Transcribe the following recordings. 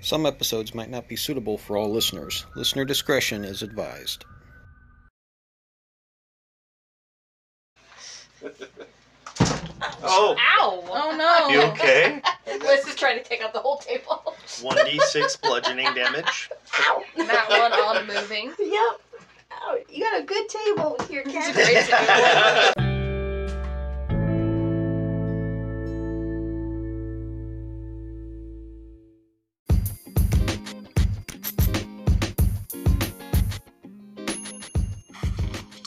Some episodes might not be suitable for all listeners. Listener discretion is advised. Oh, Ow! Oh no. you okay? Liz is trying to take out the whole table. 1d6 bludgeoning damage. That one on moving. Yep. Oh, you got a good table with your cat. Great to be with.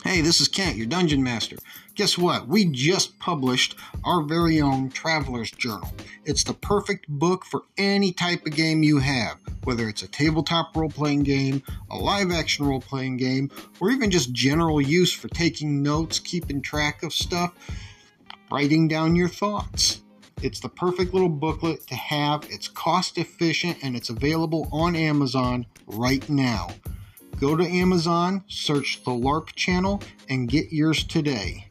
Hey, this is Kent, your dungeon master. Guess what? We just published our very own Traveler's Journal. It's the perfect book for any type of game you have, whether it's a tabletop role playing game, a live action role playing game, or even just general use for taking notes, keeping track of stuff, writing down your thoughts. It's the perfect little booklet to have. It's cost efficient and it's available on Amazon right now. Go to Amazon, search the LARP channel, and get yours today.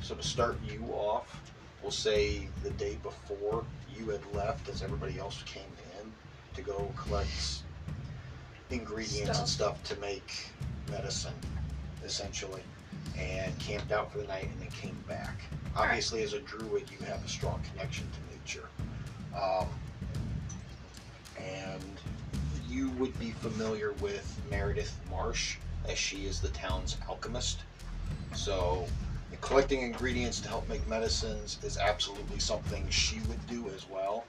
So to start you off, we'll say the day before you had left, as everybody else came in to go collect ingredients and stuff to make medicine, essentially, and camped out for the night and then came back. Obviously, as a druid, you have a strong connection to nature, um, and you would be familiar with Meredith Marsh, as she is the town's alchemist. So and collecting ingredients to help make medicines is absolutely something she would do as well.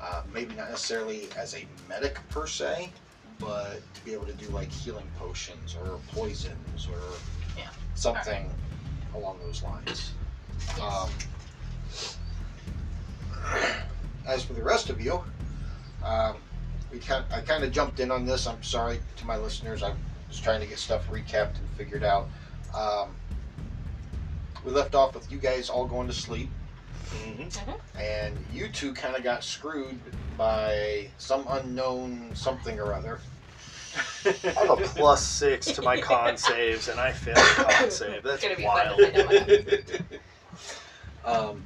Uh, maybe not necessarily as a medic per se, but to be able to do like healing potions or poisons or Yeah. something along those lines. Um, as for the rest of you, um, we kind I kind of jumped in on this. I'm sorry to my listeners. I was trying to get stuff recapped and figured out. Um, we left off with you guys all going to sleep, and you two kind of got screwed by some unknown something or other. I Mm-hmm. have a plus six to my con saves, and I failed a con save. That's It's gonna be wild. fun. to find out what um,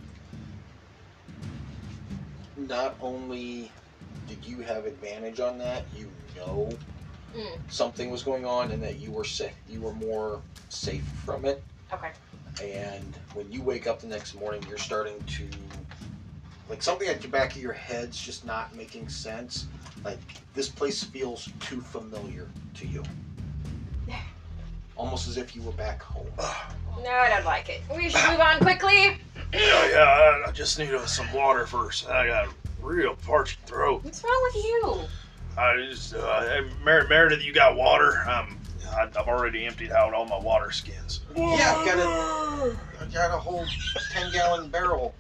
not only did you have advantage on that, you know Mm. something was going on and that you were safe. You were more safe from it. Okay. And when you wake up the next morning, you're starting to like something at the back of your head's just not making sense. Like this place feels too familiar to you. Almost as if you were back home. No, I don't like it. We should move on quickly. Oh, yeah, I, I just need uh, some water first. I got a real parched throat. What's wrong with you? I just, uh, hey, Mer- Meredith, you got water? Um, I, I've already emptied out all my water skins. Yeah, I've got a, I've got a whole 10 gallon barrel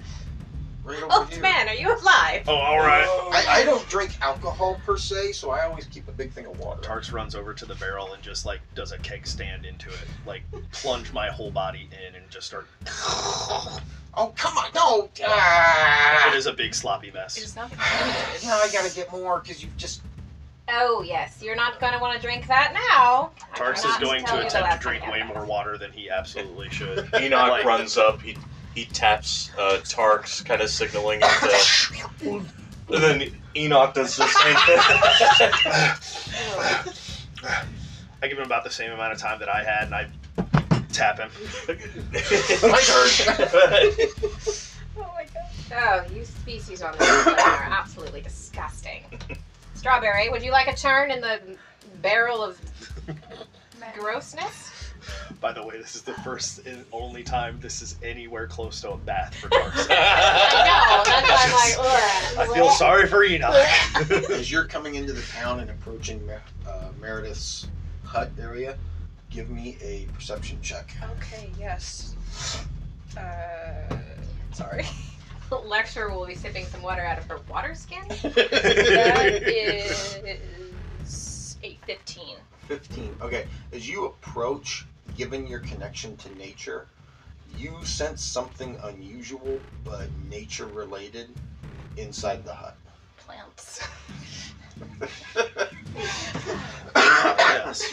right over Oh here. man, are you alive? Oh, all right. I, I don't drink alcohol per se, so I always keep a big thing of water. Tarks runs over to the barrel and just like does a keg stand into it, like plunge my whole body in and just start. Oh, come on, no! It Ah. is a big sloppy mess. nothing. Now I gotta get more because you've just. Oh yes, you're not gonna want to drink that now. I Tarks is cannot going to tell you the attempt to last time drink I had way that. more water than he absolutely should. Enoch Like- runs up. He he taps uh, Tark's, kind of signaling it to. And then Enoch does the same thing. Ew. I give him about the same amount of time that I had, and I tap him. Tark. Oh my god. Oh, you species on this planet are absolutely disgusting. Strawberry, would you like a turn in the barrel of grossness? By the way, this is the first and only time this is anywhere close to a bath for Darks. I know. That's why I'm like, ugh. I feel sorry for Enoch. As you're coming into the town and approaching Mer- uh, Meredith's hut area, give me a perception check. Okay, yes. Uh, sorry. Lecture will be sipping some water out of her water skin. That I is eight fifteen. 15. Okay, as you approach, given your connection to nature, you sense something unusual but nature related inside the hut. Plants. guess.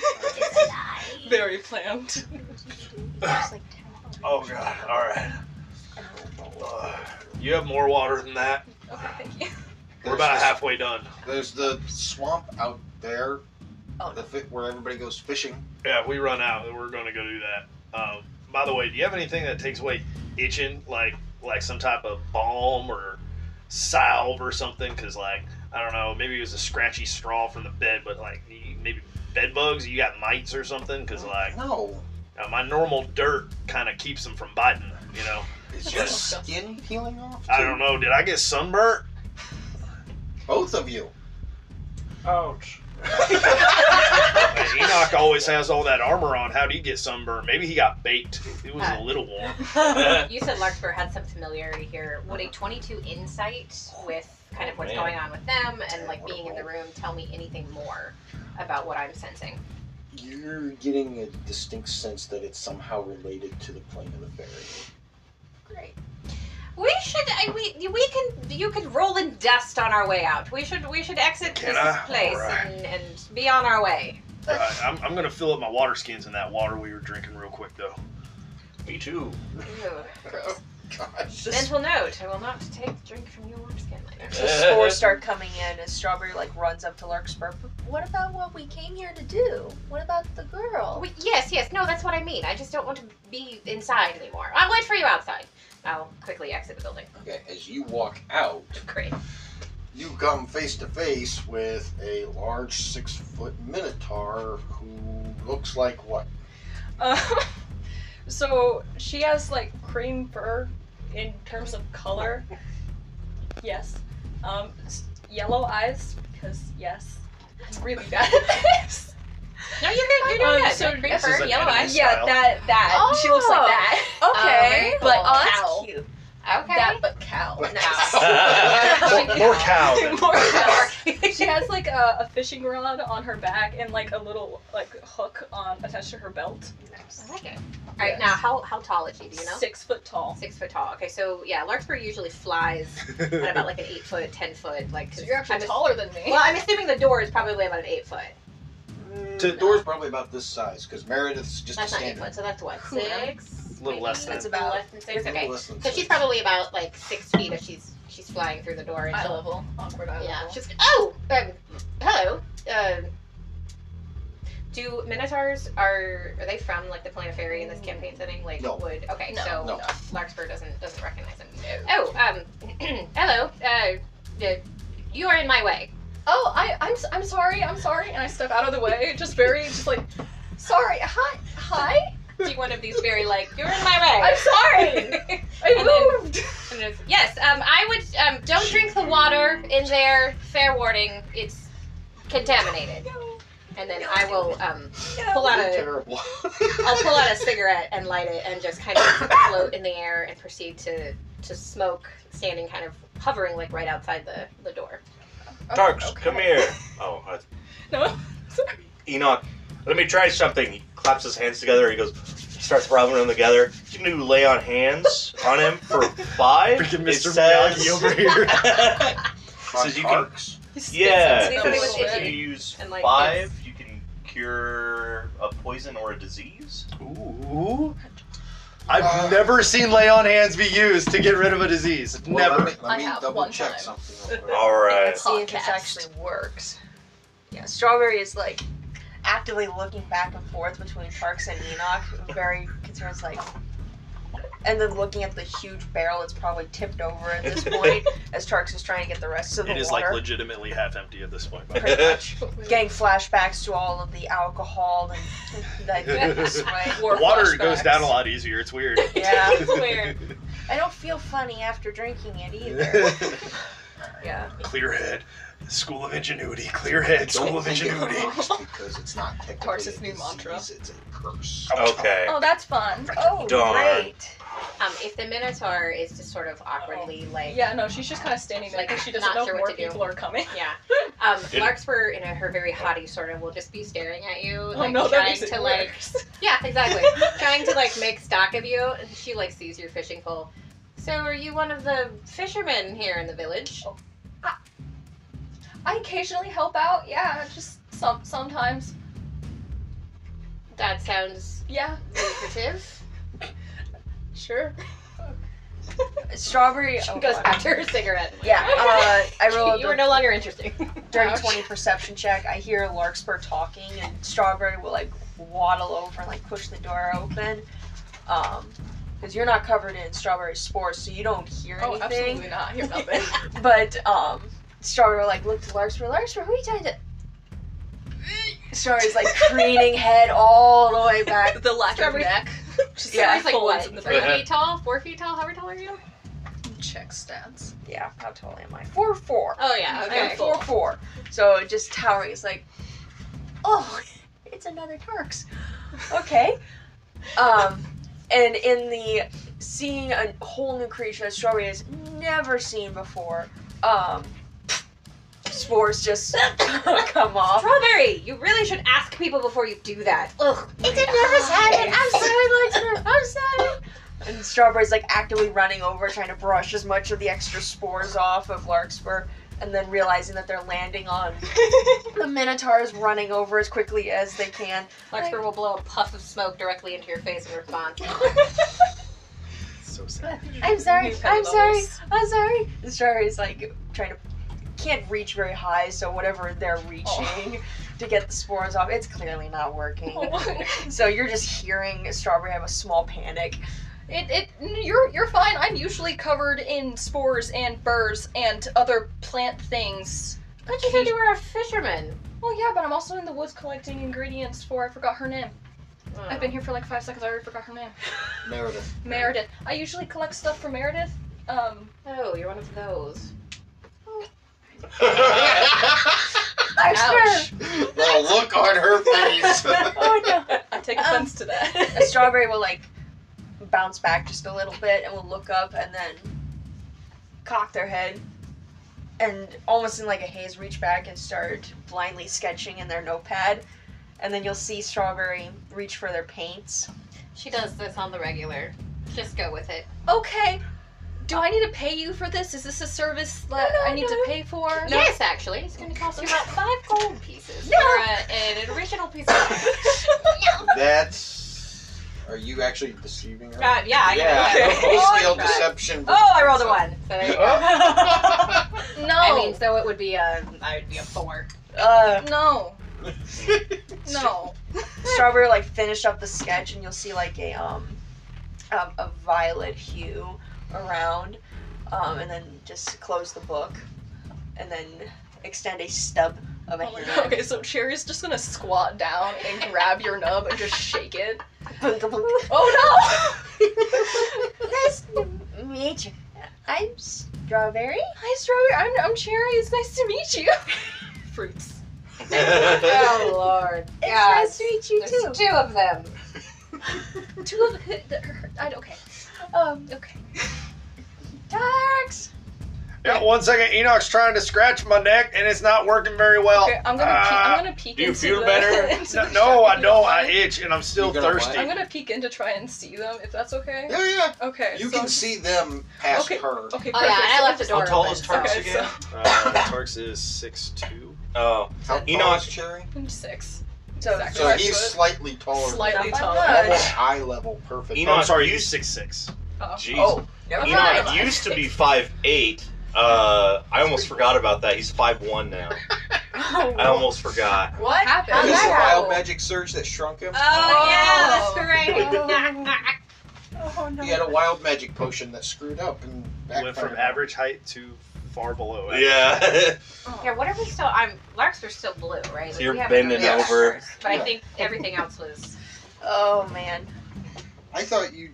very planned. There's like 10 hundred. Oh god. All right. And I went, "Oh, Uh, you have more water than that. Okay, thank you. We're about There's- halfway done. There's the swamp out there, Oh, the fit where everybody goes fishing. Yeah, if we run out, we're gonna go do that. Um, by the way, do you have anything that takes away itching, like like some type of balm or salve or something? Because like I don't know, maybe it was a scratchy straw from the bed, but like you- maybe bed bugs. You got mites or something? Because like No, uh, my normal dirt kind of keeps them from biting. You know, is your Yes. skin peeling off? I too? don't know. Did I get sunburnt? Both of you. Ouch. Man, Enoch always has all that armor on. How do you get sunburned? Maybe he got baked. It was a little warm. You said Larkspur had some familiarity here. Would a 22 insight with kind of what's Man. going on with them and like What a being in the roll. room tell me anything more about what I'm sensing? You're getting a distinct sense that it's somehow related to the plane of the fairy. Great. We should. I, we we can. You could roll in dust on our way out. We should. We should exit Can this I? place Alright. and, and be on our way. Uh, I'm, I'm gonna fill up my water skins in that water we were drinking real quick though. Me too. Ew, gross. Oh, gosh. Mental note: I will not take drink from your water skin later. So spores start coming in as Strawberry like runs up to Larkspur. But what about what we came here to do? What about the girl? We, yes, yes. No, that's what I mean. I just don't want to be inside anymore. I'll wait for you outside. I'll quickly exit the building. Okay, as you walk out, Great. you come face to face with a large six foot minotaur who looks like what? Um, so she has like cream fur in terms of color. Yes. Um, s- yellow eyes because yes, I'm really bad at this. No, you're good. You're doing Um, good. so Green this fur, is an yellow enemy eyes. Yeah, style. that that She looks like that. Okay, Um, but well, oh, that's cow. cute. Okay. but cow. More- more cow. More cow. she has like a, a fishing rod on her back and like a little like hook on attached to her belt. I like it. All right. Now, how how tall is she? Do you know? Six foot tall. Six foot tall. Okay, so yeah, Larkspur usually flies at about like an eight foot, ten foot, like. 'cause I'm ass- taller than me. Well, I'm assuming the door is probably about an eight foot. The door's probably about this size because Meredith's just That's a not eight standard. foot, so that's what six. A little less maybe? than. That's about- less than six. A little Okay, less than so six. she's probably about like six feet if she's she's flying through the door. And Eye she'll, level. Awkward eye yeah, level. she's oh um, hello. Um, do minotaurs are are they from like the plane of fairy in this campaign setting? Like No. wood? Okay, No. so No. Larkspur doesn't doesn't recognize them. Oh, um, hello. Uh, uh, you are in my way. Oh, I, I'm, s- I'm sorry, I'm sorry, and I step out of the way, just very, just like, sorry, hi, hi, Do one of these very like you're in my I'm sorry, way. And I then- moved. And it's- yes, um, I would. Um, don't drink the water in there. Fair warning, it's contaminated. And then I will um, pull out You're a terrible. I'll pull out a cigarette and light it and just kind of float in the air and proceed to to smoke, standing kind of hovering like right outside the, the door. Tarks, Okay. come here. Oh, I, No, Enoch, let me try something. He claps his hands together. He goes, starts rubbing them together. You can do lay on hands on him for five. Freaking It Mr. says- Miyagi over here. Says you can- He spits into yeah, the Somebody because with liquid. if you itchy. use And, like, five, you can cure a poison or a disease. Ooh. I've Uh, never seen lay on hands be used to get rid of a disease. Well, Never. Let me, let I me have double one check time. something. real quick. All right. Let's see if this Podcast. actually works. Yeah, Strawberry is like actively looking back and forth between Parks and Enoch, very concerned, it's like, and then looking at the huge barrel that's probably tipped over at this point as Tarks is trying to get the rest of the It is like water. legitimately half empty at this point. by the way. pretty much getting flashbacks to all of the alcohol and like this way. The water goes flashbacks. down a lot easier. It's weird. Yeah, It's weird. I don't feel funny after drinking it either. Yeah, Clear head. School of ingenuity. Clear head. School Don't of think it ingenuity. works because it's not technically Tarsus' a new disease, mantra. It's a curse. Okay. Oh, that's fun. Oh, Darn. right. Um, if the Minotaur is just sort of awkwardly like Oh. Yeah, no, she's just kind of standing there Like, because she doesn't not know sure what more to do. people are coming. Yeah. Um, Didn't- Larkspur, in a, her very haughty sort of, will just be staring at you, like oh no, that trying makes it to like, worse. yeah, exactly, trying to like make stock of you. And she like sees your fishing pole. So, are you one of the fishermen here in the village? Oh. I occasionally help out. Yeah, just some sometimes. That sounds Yeah, lucrative. sure. Oh, Strawberry. She oh, goes God. back to her cigarette. Yeah. Uh, I rolled you are no longer interesting. Oh, a dirty Ouch. twenty perception check. I hear Larkspur talking, and Strawberry will like waddle over and like push the door open. Um, because you're not covered in strawberry spores, so you don't hear anything. Oh, absolutely not. I hear nothing. But um, Strawberry like looked to Larkspur. Larkspur, who are you trying to? Strawberry's like craning head all the way back. the lack Strawberry- of neck. She's Yeah, yeah, like folds what? in the Three back. feet tall? Four feet tall? However tall are you? Check stats. yeah. How tall am I? Four four. Oh yeah. I am Okay. four four. So just towering. It's like, oh, it's another Turks. Okay. um, and in the seeing a whole new creature that Strawberry has never seen before, um, spores just come off. Strawberry, you really should ask people before you do that. Ugh. It's a nervous habit. I'm sorry, Lexer. I'm sorry. And Strawberry's like actively running over, trying to brush as much of the extra spores off of Larkspur, and then realizing that they're landing on the Minotaurs, running over as quickly as they can. Larkspur will blow a puff of smoke directly into your face in response. So sad. I'm sorry. We've had I'm sorry. levels. I'm sorry. And Strawberry's like trying to can't reach very high, so whatever they're reaching to get the spores off, it's clearly not working. Oh, So you're just hearing Strawberry have a small panic. It, it, you're, you're fine. I'm usually covered in spores and burrs and other plant things. But you said you were a fisherman. Well, yeah, but I'm also in the woods collecting ingredients for. I forgot her name. I've been here for like five seconds. I already forgot her name. Meredith. Meredith. I usually collect stuff for Meredith. Um, Oh, you're one of those. Larkspur! The look on her face. oh no. I take Um, offense to that. a strawberry will like bounce back just a little bit and will look up and then cock their head and almost in like a haze reach back and start blindly sketching in their notepad and then you'll see strawberry reach for their paints She does this on the regular. Just go with it. okay. Do I need to pay you for this? Is this a service that No, no, I need no. to pay for? Yes, actually, it's going to cost you about five gold pieces for a, an original piece of art. That's. Are you actually deceiving her? Uh, yeah, I yeah. can do no full that. scale Right. deception. Oh, I rolled a one. So there you go. Oh. Oh. No. I mean, so it would be a, I would be a four. uh, no. No. strawberry will, like finish up the sketch and you'll see like a um um, a violet hue around um, and then just close the book and then extend a stub of a Oh my hand god. Okay, so Cherry's just gonna squat down and grab your nub and just shake it. Oh Nice to meet you. I'm Strawberry. no! Hi, Strawberry. I'm, I'm Cherry. It's nice to meet you. Fruits. Oh lord. It's nice to meet you too. There's two of them. Two of the, her, I, okay. Um, Okay. Tarks. Yeah, one second. Enoch's trying to scratch my neck, and it's not working very well. Uh, Okay, I'm gonna peek. uh, I'm gonna peek do you into feel the, better? into No, the no, shop. I don't. I itch, and I'm still You gonna what? thirsty. I'm gonna peek in to try and see them, if that's okay. Yeah, yeah. Okay. You so, can see them past Okay. her. Okay. Perfect. Oh yeah, and I so- left the door How tall open. is Tarks Okay, again? Uh, Tarks is six two. Oh, How tall Enoch- is Cherry? I'm six. So- exactly. So where I he's stood. slightly taller. slightly Not by taller. much. Almost eye level. Perfect. Enoch, Oh, I'm sorry, you used- six six. Oh. jeez. Oh, never Enoch mind. Alright. used to be five eight. Uh, I almost forgot about that. He's five one now. I almost forgot. What happened? Is How'd this that Uh, the happen? wild magic surge that shrunk him? Oh, yeah, that's right. Oh no. He had a wild magic potion that screwed up and Went from backfired. average height to far below. average. Yeah. Oh. yeah, what are we still? I'm Larks are still blue, right? So you're We haven't bending done that over. first, But I think everything else was. Oh man. I thought you,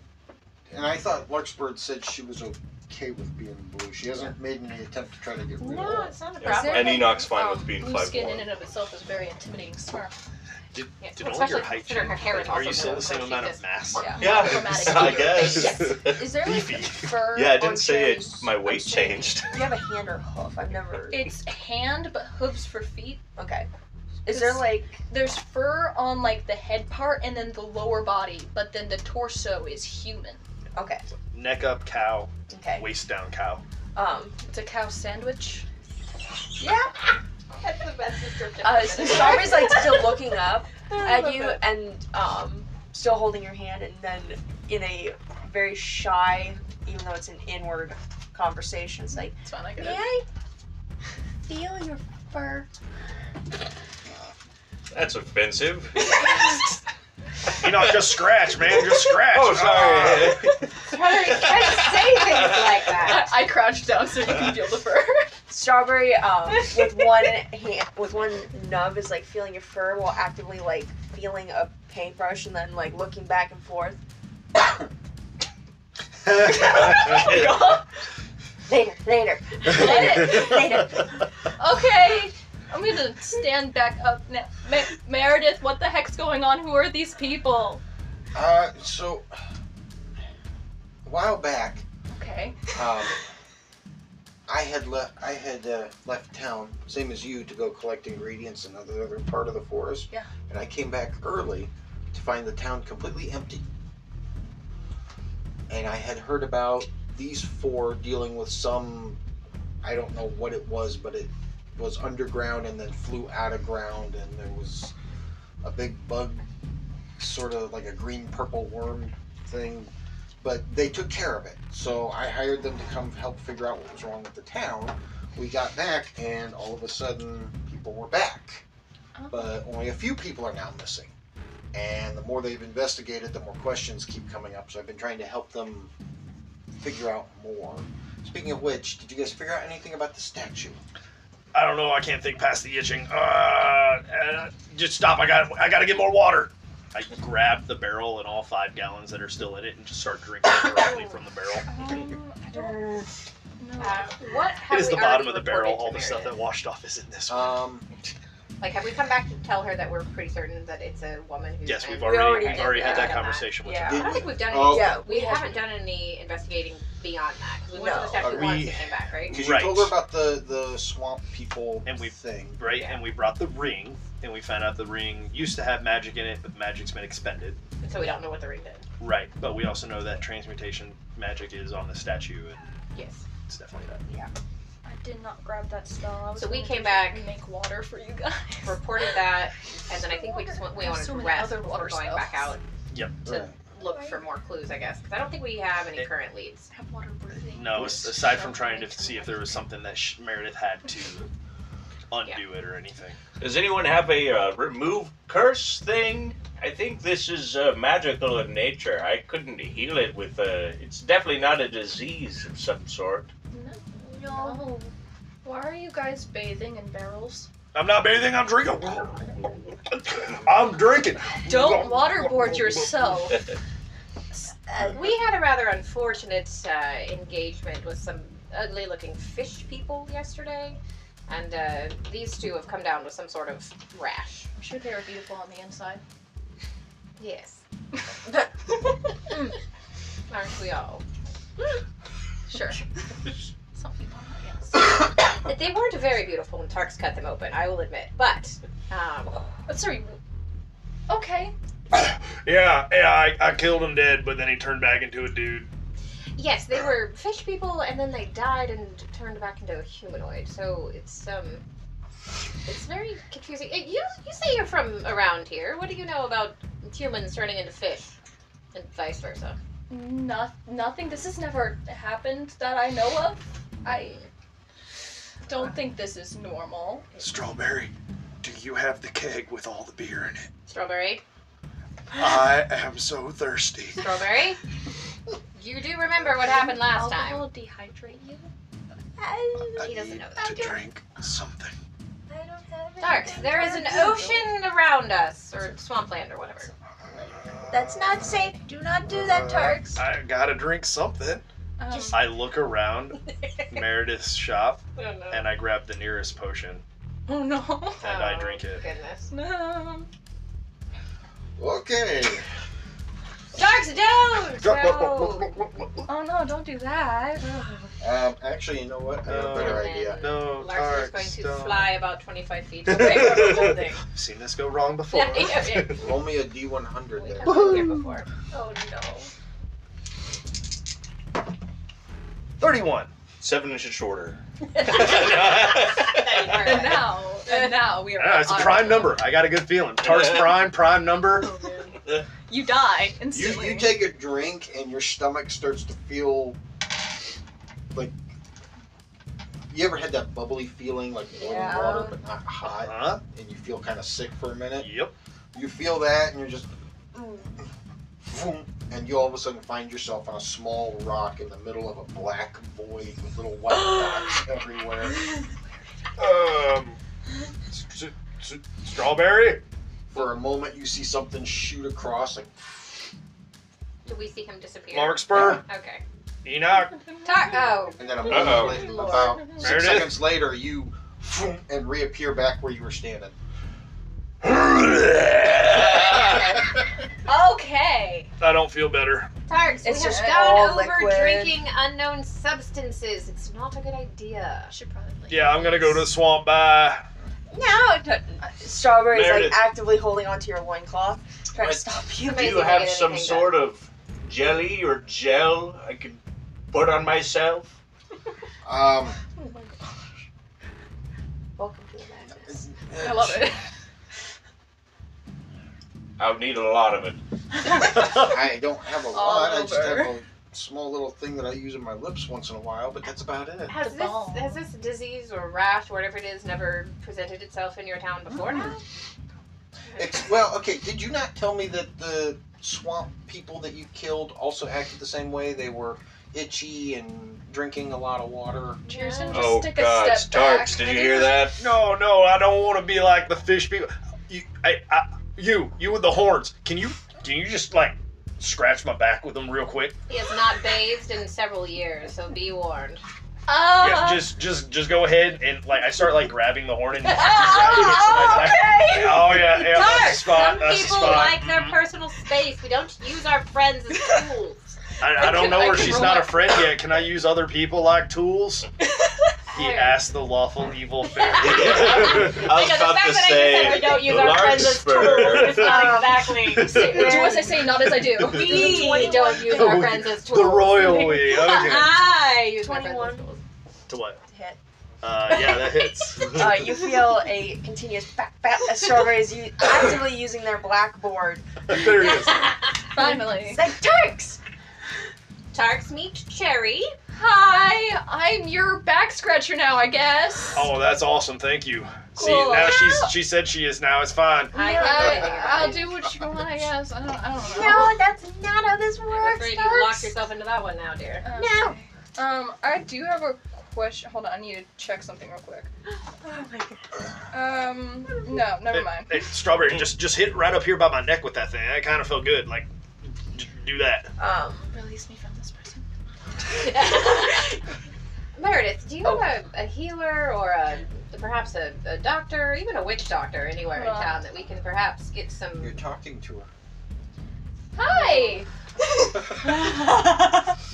and I thought Larkspur said she was okay with being blue. She hasn't made any attempt to try to get rid No, of it. it's not a Yeah. problem. And Enoch's fine with Um, being Oh, Blue five skin in one. and of itself is a very intimidating smirk. Yeah, Did all especially your height considering change? her hair is Are you still also blue, the same so amount she's of mass? Yeah. Yeah, Dramatic. I guess. Is there like Beefy. fur? Yeah, I on didn't say it. Cherry's- My weight I'm sorry. changed. Do you have a hand or hoof? I've never. It's hand but hooves for feet. okay. Is there It's- like? There's fur on like the head part and then the lower body, but then the torso is human. Okay. Neck up cow, Okay. waist down cow. Um. It's a cow sandwich. Yeah. That's the best description. Uh, for so it. Strawberry's like still looking up, at you and um, still holding your hand, and then in a very shy, even though it's an inward conversation, it's like, It's fine, I get May it. I feel your fur? That's offensive. Enoch, just scratch, man. Just scratch. Oh, sorry. Sorry, you can't say things like that. I crouched down so you can feel the fur. Strawberry um, with one hand, with one nub is like feeling your fur while actively like feeling a paintbrush and then like looking back and forth. Later, later. Okay, I'm gonna stand back up now. Ma- Meredith, what the heck's going on? Who are these people? Uh, so a while back, Okay. um, I had left. I had uh, left town, same as you, to go collect ingredients in another other part of the forest. Yeah. And I came back early to find the town completely empty. And I had heard about these four dealing with some, I don't know what it was, but it was underground and then flew out of ground, and there was a big bug, sort of like a green purple worm thing but they took care of it. So I hired them to come help figure out what was wrong with the town. We got back, and all of a sudden, people were back. Uh-huh. But only a few people are now missing. And the more they've investigated, the more questions keep coming up. So I've been trying to help them figure out more. Speaking of which, did you guys figure out anything about the statue? I don't know. I can't think past the itching. Uh, uh, just stop. I got. I got to get more water. I grab the barrel and all five gallons that are still in it and just start drinking directly from the barrel. Oh. Um, I don't know. Uh, what have It is we the bottom already of the barrel. reported to All the stuff that Meredith? washed off is in this. one. Um, Like, have we come back to tell her that we're pretty certain that it's a woman who's yes, been- we've We already already already, did had that. that conversation with Yeah. her. I don't think we've done any. Oh. Yeah, we haven't done any investigating beyond that because we went to the No. statue Uh, once we- and came back, right? because you Right. told her about the, the swamp people And we- thing. right? Yeah. And we brought the ring, and we found out the ring used to have magic in it, but magic's been expended. So we don't know what the ring did. Right. But we also know that transmutation magic is on the statue, and Yes. stuff like that. I did not grab that spell. I was So we gonna came just back- Make water for you guys. Reported that, and then I think we just want we There's wanted so to many rest other before water going back spells. out to Right. look for more clues, I guess, because I don't think we have any It- current leads. Have water breathing. No, as- aside from trying to see if there was something that sh- Meredith had to undo it or anything. Does anyone have a uh, remove curse thing? I think this is uh, magical in nature. I couldn't heal it with a. It's definitely not a disease of some sort. No. Oh, Why are you guys bathing in barrels? I'm not bathing. I'm drinking. I'm drinking. Don't waterboard yourself. We had a rather unfortunate uh, engagement with some ugly looking fish people yesterday, and uh, these two have come down with some sort of rash. I'm sure they are beautiful on the inside. Yes. Mm, Aren't we all? Sure. Some people, yes. They weren't very beautiful when Tarks cut them open, I will admit. But, um, But sorry. Okay. Yeah, yeah. I, I killed him dead, but then he turned back into a dude. yes, they were fish people and then they died and turned back into a humanoid. So it's, um, it's very confusing. Eh, You, you say you're from around here. What do you know about humans turning into fish and vice versa? No, nothing. This has never happened that I know of. I don't think this is normal. Strawberry, do you have the keg with all the beer in it? Strawberry? I am so thirsty. Strawberry? You do remember what happened last time. Alcohol dehydrate you? I He doesn't need know that. to drink something. Darks, there is an ocean around us, or swampland, or whatever. That's not safe. Do not do that, Tarks. I gotta drink something. Um, I look around Meredith's shop and I grab the nearest potion oh no. and I drink it. Goodness. No. Okay. Darks, don't! No. Oh no, don't do that. Um, actually, you know what? I have a better And then idea. No, Lars is going Tarks, to don't. fly about 25 feet away from the building. I've seen this go wrong before. Yeah, yeah, yeah. Roll me a D100 We there. have been here before. Oh no. 31. Seven inches shorter. That you heard. Now And now we are. Ah, it's a on- prime number. I got a good feeling. Tark's prime, prime number. Oh, man. You die You, instantly. you take a drink and your stomach starts to feel like you ever had that bubbly feeling like boiling Yeah. water but not hot Huh? and you feel kind of sick for a minute. Uh-huh. Yep. You feel that and you're just Mm. Vroom. and you all of a sudden find yourself on a small rock in the middle of a black void with little white dots everywhere. Um, s- s- s- strawberry. For a moment, you see something shoot across, like Do we see him disappear? Larkspur. Okay. Enoch. Tar- oh, and then a Uh-oh. moment later, about six Meredith? seconds later, you vroom, and reappear back where you were standing. okay. I don't feel better. Tarks, we It's have just gone all over liquid. drinking unknown substances. It's not a good idea. I should probably. Yeah, I'm gonna go to the swamp. Bye. No, it- Strawberry's Meredith. Uh, like actively holding onto your loincloth, trying Wait. to stop you. Do Amazing you I have get some anything sort of jelly or gel I can put on myself? Um, Welcome to the madness. I love it. I'll need a lot of it. I don't have a lot. I just have over. a small little thing that I use in my lips once in a while, but that's about it. Has The this ball. has this disease or rash or whatever it is never presented itself in your town before now? It's, well, okay. Did you not tell me that the swamp people that you killed also acted the same way? They were itchy and drinking a lot of water. Cheers and just Oh take God, a step back. Starks, did you hear that? No, no, I don't want to be like the fish people. You, I, I, you, you with the horns. Can you, can you just like scratch my back with them real quick? He has not bathed in several years, so be warned. Oh. Yeah, Uh-huh. just, just, just go ahead and like I start like grabbing the horn and. oh, Oh yeah, yeah, that's the Tarks, spot. some That's the people spot. like their Mhm. personal space. We don't use our friends as tools. I, I don't know I her. can She's not a relax. friend yet. Can I use other people like tools? He Alright. asked the lawful evil fairy. I was the about fact that I just said to say, we don't use our friends as tools is not exactly. Say- do as I say, not as I do. We don't use The- our friends as tools. The royal way. I Okay. use my friends as 21. tools. to what? Hit. Uh, yeah, that hits. Uh, you feel a continuous back bat as Strawberry is u- actively using their blackboard. there he is. Finally. It's like Turks. Tarks meet Cherry. Hi, I'm your back scratcher now, I guess. Oh, that's awesome. Thank you. See, Cool. now she's she said she is now. It's fine. I Uh, can't do anything about I'll it. do what you want, I guess. I don't, I don't know. No, that's not how this I'm works. afraid you locked Turks. yourself into that one now, dear. Um, No. Um, I do have a question. Hold on, I need to check something real quick. Oh my god. Um, no, never mind. Hey, strawberry, just just hit right up here by my neck with that thing. I kind of felt good. Like, j- do that. Um, Release me from this person. Meredith, do you have a, a healer or a perhaps a, a doctor, even a witch doctor anywhere in Well. town that we can perhaps get some? You're talking to her. Hi,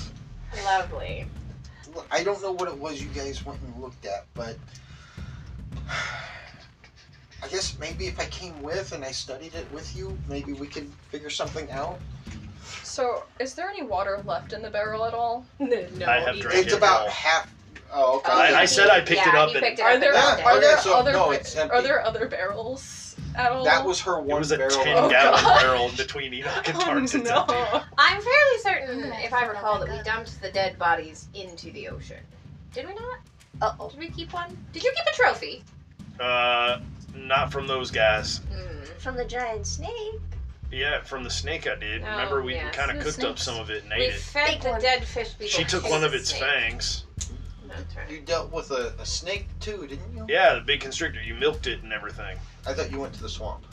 lovely. Look, I don't know what it was you guys went and looked at, but I guess maybe if I came with and I studied it with you, maybe we could figure something out. So, is there any water left in the barrel at all? no, I have he- drank it's it. about half. Oh, okay. I- I said I picked it yeah, up He and- Ah, picked it Are up there and Yeah, dropped it. I are there did, so- other no, it's empty. are there other barrels at all? that was her It one was a barrel. ten Oh, gallon God. barrel in between Enoch and Oh, Tarks. It's empty. no. I'm fairly certain, Mm, if I I recall, that forgot we that. dumped the dead bodies into the ocean. Did we not? Uh oh. Did we keep one? Did you keep a trophy? Uh, not from those guys. Mm. From the giant snake. Yeah, from the snake I did. Oh, Remember, we yes. kind of The cooked up snakes. some of it and We ate it. fed Big the one. dead fish people. She took to one of the its snake. fangs. That's right. You dealt with a, a snake too, didn't you? Yeah, the big constrictor. You milked it and everything. I thought you went to the swamp.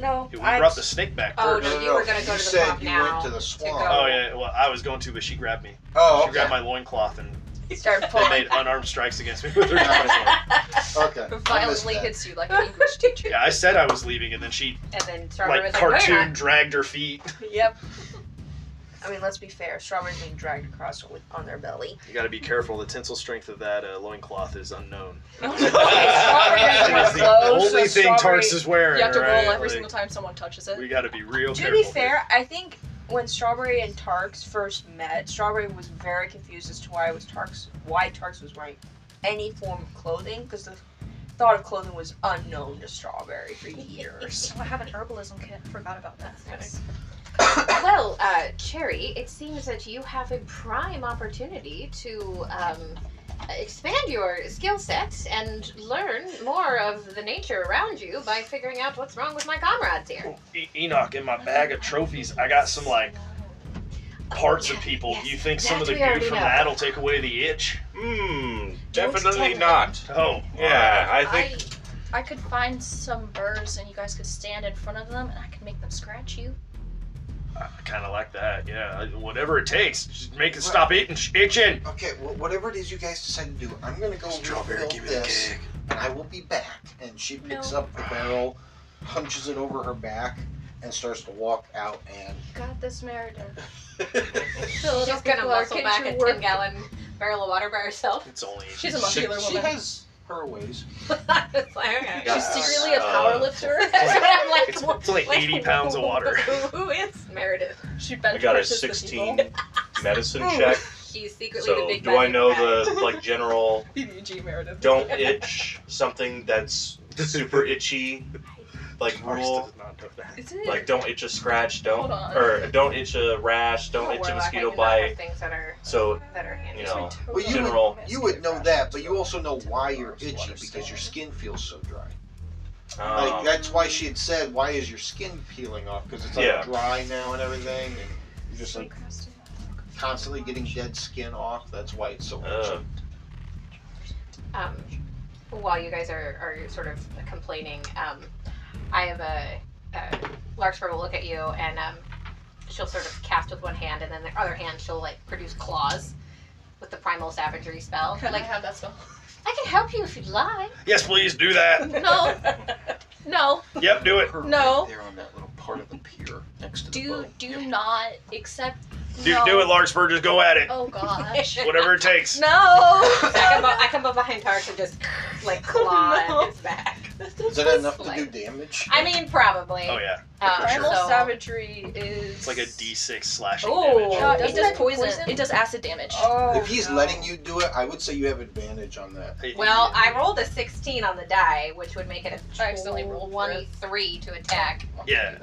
No. We I'm- brought the snake back Oh, first. no, you were gonna go to the said swamp you now went to the swamp. go. Oh yeah, well I was going to, but she grabbed me. Oh, She grabbed okay. my loincloth and Start and pulling. made unarmed strikes against me with her Yeah. loincloth. Okay. I missed Violently that. hits you like an English teacher. Yeah, I said I was leaving, and then she And then Strawberry like was like, "Wait a cartoon dragged her feet. Yep. I mean, let's be fair. Strawberry's being dragged across with, on their belly. You got to be careful. The tensile strength of that uh, loincloth is unknown. Strawberry It's is the one of those, only so thing strawberry- Tarsus is wearing. You have to roll right? every Like, single time someone touches it. We got to be real To careful. be fair, I think when Strawberry and Tarks first met, Strawberry was very confused as to why was Tarks why Tarks was wearing any form of clothing because the thought of clothing was unknown to Strawberry for years. Oh, I have an herbalism kit. Forgot about that. Nice. well, uh, Cherry, it seems that you have a prime opportunity to um, expand your skill sets and learn more of the nature around you by figuring out what's wrong with my comrades here. E- Enoch, in my bag of trophies, I got some like parts of people. Do you think some of the Yes, that we goo from already know. that'll take away the itch? Hmm, Don't tell me. definitely not. Oh, Yeah, I I, think I could find some burrs and you guys could stand in front of them and I could make them scratch you. I kind of like that. Yeah, whatever it takes, just make it stop eating sh- itching. Okay, well, whatever it is you guys decide to do, I'm gonna go Strawberry, refill give me the this, cake. and I will be back. And she picks No. up the barrel, hunches it over her back, and starts to walk out. And Got this, Meredith. She's gonna muscle back a ten gallon barrel of water by herself. It's only She's a muscular she woman. has her ways. It's like, okay. Yeah. She's secretly a power lifter. That's uh, what I'm like. it's, what- it's only like, eighty pounds of water. Who is Meredith? She I bench got a presses the people. 16 medicine check. She's Hmm. secretly the So big. do I bad know guy. the like general PDG Meredith. don't itch something that's super itchy like rule? Is it? Like don't itch a scratch, don't Hold on. or don't itch a rash, Oh, don't itch a Warlock, I do mosquito not have bite. Things that are So that are handy. you know, Well, you general. would you would know that, but you also know why you're itchy because your skin feels so dry. Like um, that's why she had said, "Why is your skin peeling off?" Because it's like Yeah. dry now and everything, and you're just like constantly getting dead skin off. That's why it's so itchy. uh, um, while you guys are, are sort of complaining, um, I have a, a Larkspur will look at you and um, she'll sort of cast with one hand, and then the other hand she'll like produce claws with the primal savagery spell. Like, like, have that spell. I can help you if you'd like. Yes, please do that. No, no. Yep, do it. Her No. right there on that little part of the pier next to the Do boat. do not accept. Do, no. do it, Larkspur. Just go at it. Oh gosh. Whatever it takes. No! I come, up, I come up behind Tark and just like claw No. at his back. Is that enough to like- do damage? I mean, probably. Oh yeah, Um, Primal so- savagery is. it's like a D6 slashing Ooh. damage. No, it it does does that poison. poison? It does acid damage. Oh. if he's letting you do it, I would say you have advantage on that. Hey, Well, I rolled a 16 on the die, which would make it a I accidentally rolled for it. 23 to attack. yeah.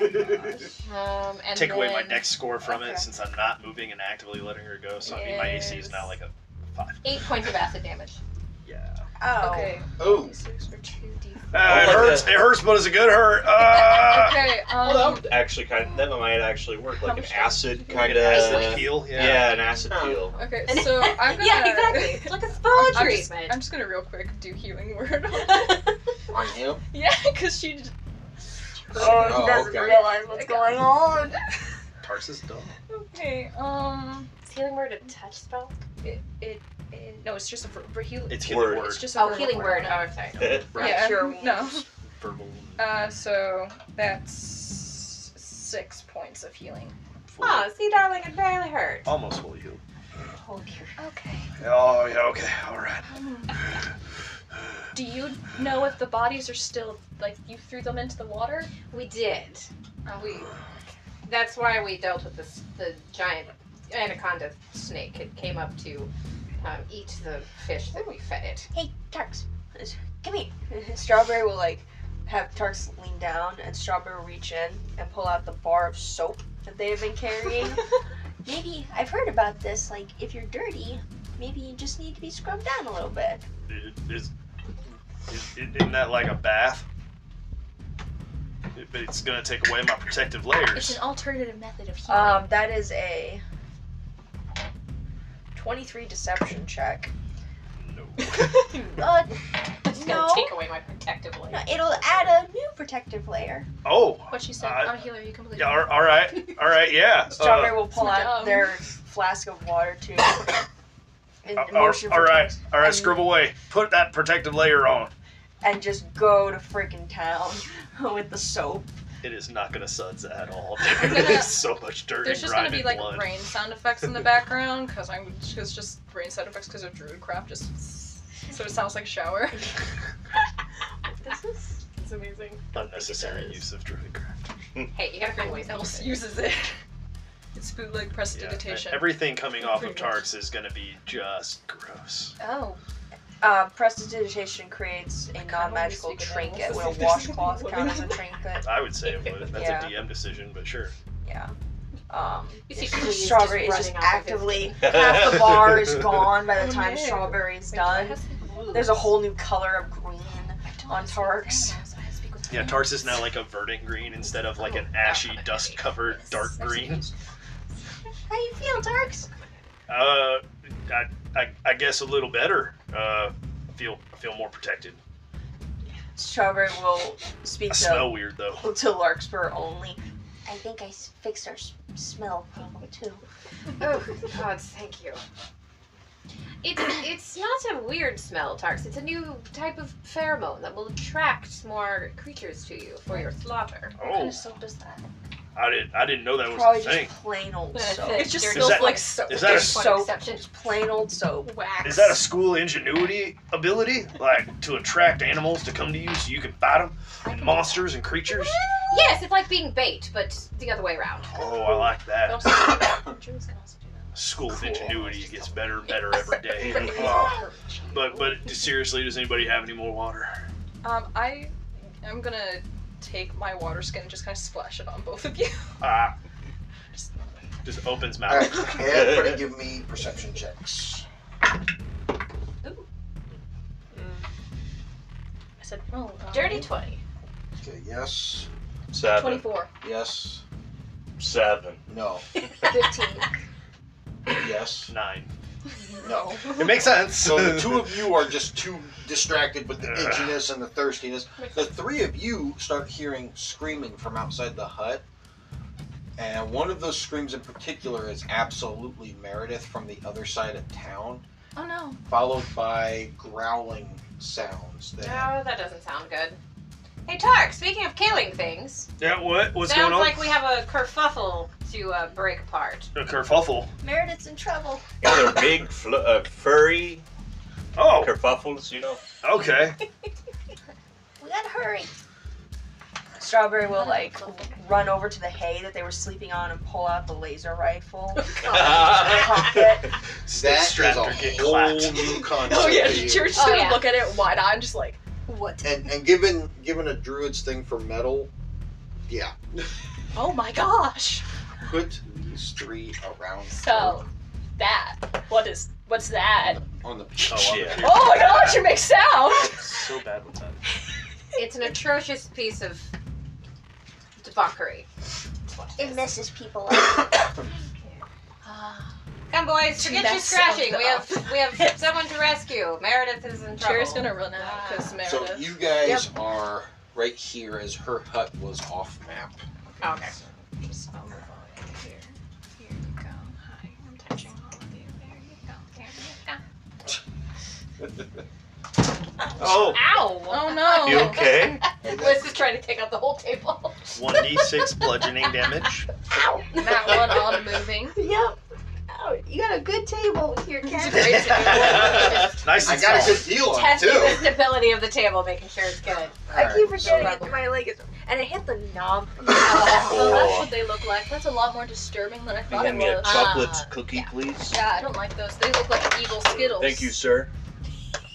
Um, and Take away my then dex score from Okay. it since I'm not moving and actively letting her go. So I mean, my AC is now like Yes. a Eight points of acid damage. yeah. Okay. oh, Uh, it Oh, hurts. yeah. It hurts, but it's a good hurt. Ah! Okay, well, that um. would actually kind of, that might actually work How like an much acid Like kind an of uh, acid heal. yeah. Yeah. an acid peel. um, Okay, so I'm gonna. yeah, exactly. It's like a spa I'm just, treatment. I'm just gonna real quick do healing word. on him? yeah, because she. just- Oh, okay. what's going on? Tarsus dog. Okay, um. Is healing word a touch spell? It, it, it- Eh, no, it's just a ver- ver- heal- It's Word. healing word. It's just a Oh, verbal healing word. Oh, I'm sorry. Yeah, Cure no. Verbal. Uh, so that's six points of healing. full- Oh, see, darling, it barely hurt. Oh. Almost full heal. Okay. Oh yeah. Okay. All right. Um, do you know if the bodies are still like you threw them into the water? We did. Oh. We. That's why we dealt with this the giant anaconda snake. It came up to um, eat the fish that we fed it. Hey, Tarks, come here. Strawberry will like have Tarks lean down, and Strawberry will reach in and pull out the bar of soap that they have been carrying. maybe I've heard about this. Like, if you're dirty, maybe you just need to be scrubbed down a little bit. It, it's, it, it, isn't that like a bath? It, but it's gonna take away my protective It's layers. an alternative method of healing. Um, that is a twenty-three deception check. No. Uh, It's gonna No. take away my protective layer. no, it'll add a new protective layer. Oh. what she said. Uh, I'm a healer. You completely. Yeah. All all right. All right. Yeah. Strawberry Uh, will pull so out dumb. their flask of water too. in all- uh, all motion for all right. Tarks, All right. Scribble away. Put that protective layer on. And just go to freaking town with the soap. It is not gonna suds at all. I'm Dude. gonna- There's so much dirt There's and just gonna grime be and like blood. rain sound effects in the background because I'm because just rain sound effects because of druidcraft just so it sounds like shower. This is It's amazing. Unnecessary use of druid craft. hey, you gotta find Everyone ways out of else it. uses it. It's bootleg Yeah, prestidigitation. everything coming off of Pretty much. Tarks is gonna be just gross. Oh. Uh, prestidigitation creates a non-magical speak of trinket. animals. Will a washcloth count as a trinket? I would say it would. That's Yeah. a DM decision, but sure. Yeah. Um, You see it's Clea is just strawberry is running off just of his actively half the bar is gone by the Oh, time no. strawberry is done. There's a whole new color of green on Tarks. Yeah, Tars is now like a verdant green instead of like an ashy, dust covered dark green. How you feel, Tarks? Uh, I, I, I guess a little better. Uh, feel feel more protected. Strawberry will speak I to, smell weird though. to Larkspur only. I think I s- fixed our s- smell problem too. Oh God, thank you. It, it's not a weird smell, Tarks. It's a new type of pheromone that will attract more creatures to you for your slaughter. What kind Oh, of soap is that? I didn't I didn't know that was Probably a thing. just plain old soap. It just Is smells that- like soap. Is that a Just Point soap. of exception. Just plain old soap. wax. Is that a school ingenuity ability? Like to attract animals to come to you so you can fight them? Monsters and creatures? Yes, it's like being bait, but the other way around. Oh, I like that. Also, Druids can also do School of ingenuity gets better and better every day. Oh. But but seriously, does anybody have any more water? that. Um, I, I'm gonna take my water skin and just kind of splash it on both of you. Ah, just opens Alright, mouth. everybody give me perception checks. I said, oh, um, Dirty twenty. Okay, yes, Seven. Twenty-four. yes, Seven. no, Fifteen. yes, Nine. no. It makes sense. So the two of you are just too distracted with the itchiness and the thirstiness. The three of you start hearing screaming from outside the hut. And one of those screams in particular is absolutely Meredith from the other side of town, Oh no. followed by growling sounds. No, That that doesn't sound good. Hey Tark, speaking of killing things, Yeah, what? What's sounds going on? like we have a kerfuffle to uh, break apart. a kerfuffle. Meredith's in trouble. Yeah, they're big, fl- uh, furry Oh, kerfuffles, you know. okay. We gotta hurry. Strawberry will like run over to the hay that they were sleeping on and pull out the laser rifle. Cock it. that is strapped or get a whole clapped. new concept. Oh yeah, to you. you're just Oh, gonna yeah. look at it wide-eyed, just like, what? And and given given a druid's thing for metal, yeah. Oh my gosh. Put these three around So, that. What is? What's that? on the Oh, Yeah. Oh my gosh! It makes sound. so bad with that. It's an atrocious piece of debauchery. It messes people up. Come boys, forget your mess scratching. of We the- have we have someone to rescue. Meredith is in trouble. Cherry's gonna run out because So Meredith. you guys are right here as her hut was off map. Oh, okay. Just over over here. Here you go. Hi, I'm touching all of you. There you go. There you go. Oh, Ow! Oh no. You okay? Liz is trying to take out the whole table. 1d6 bludgeoning damage. That one on moving. yep. Oh, you got a good table here, Ken. nice I and got a small. good deal on it Testing the too. stability of the table, making sure it's good. I keep forgetting Alright. it. My leg is, and it hit the knob. Oh, Well, that's what they look like. That's a lot more disturbing than I You thought it hand me a was. Uh, chocolate Ah, cookie, please? Yeah, I don't like those. They look like evil skittles. Thank you, sir.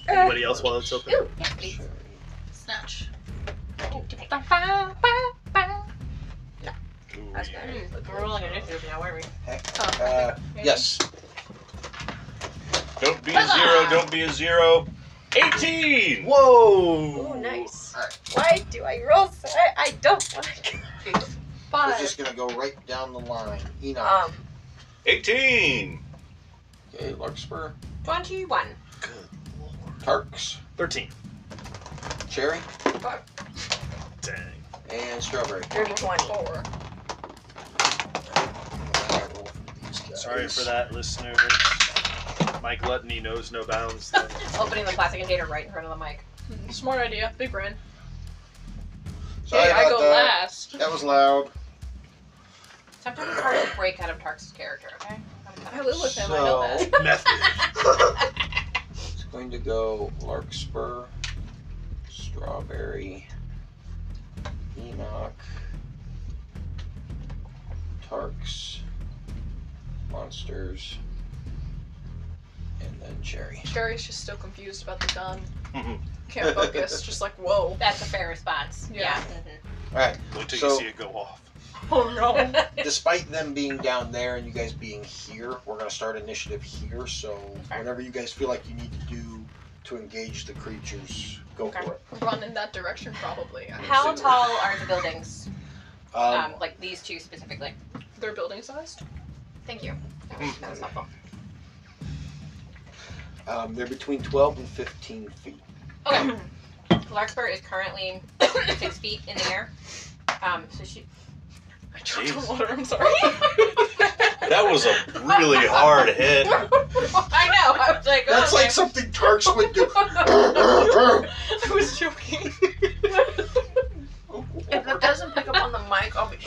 Anybody else while it's open? Ooh, yeah, please. Snatch. That's Ooh, better. We're rolling initiative now, are we? Uh, yes. Don't be a zero, don't be a zero. 18! Whoa. Oh, nice. Alright. Why do I roll? So I, I don't like. We're Five. just gonna go right down the line. Enoch. Um, 18! okay, Larkspur. Twenty-one. Good lord. Tarks. 13. Cherry. Dang. And strawberry. dirty twenty. Four. I roll for these guys. Sorry for that, listeners. My gluttony knows no bounds. Opening the plastic container right in front of the mic. Smart idea. Big brain. Sorry hey, I about go that. last. That was loud. Sometimes it's hard to break out of Tark's character. Okay. I live with him. I know that. Method. It's going to go Larkspur, Strawberry, Enoch, Tarks, Monsters, and and Cherry. Sherry's just still confused about the gun. Can't focus. just like, whoa. That's a fair response. Yeah. Yeah. All right. Wait till So- you see it go off. Oh no. Despite them being down there and you guys being here, we're gonna start initiative here. So whatever you guys feel like you need to do to engage the creatures, go Okay. for it. Run in that direction, probably. How tall are the buildings? Um, Um, like these two specifically. They're building sized? Thank you. That Mm-hmm. was, that was helpful. um, they're between 12 and 15 feet. Okay. Larkspur is currently six feet in the air. Um, so she. I dropped Jeez. the water, I'm sorry. That was a really hard hit. I know. I was like, oh, That's okay. like something Turks would do. I was joking. If that doesn't pick up on the mic, I'll be.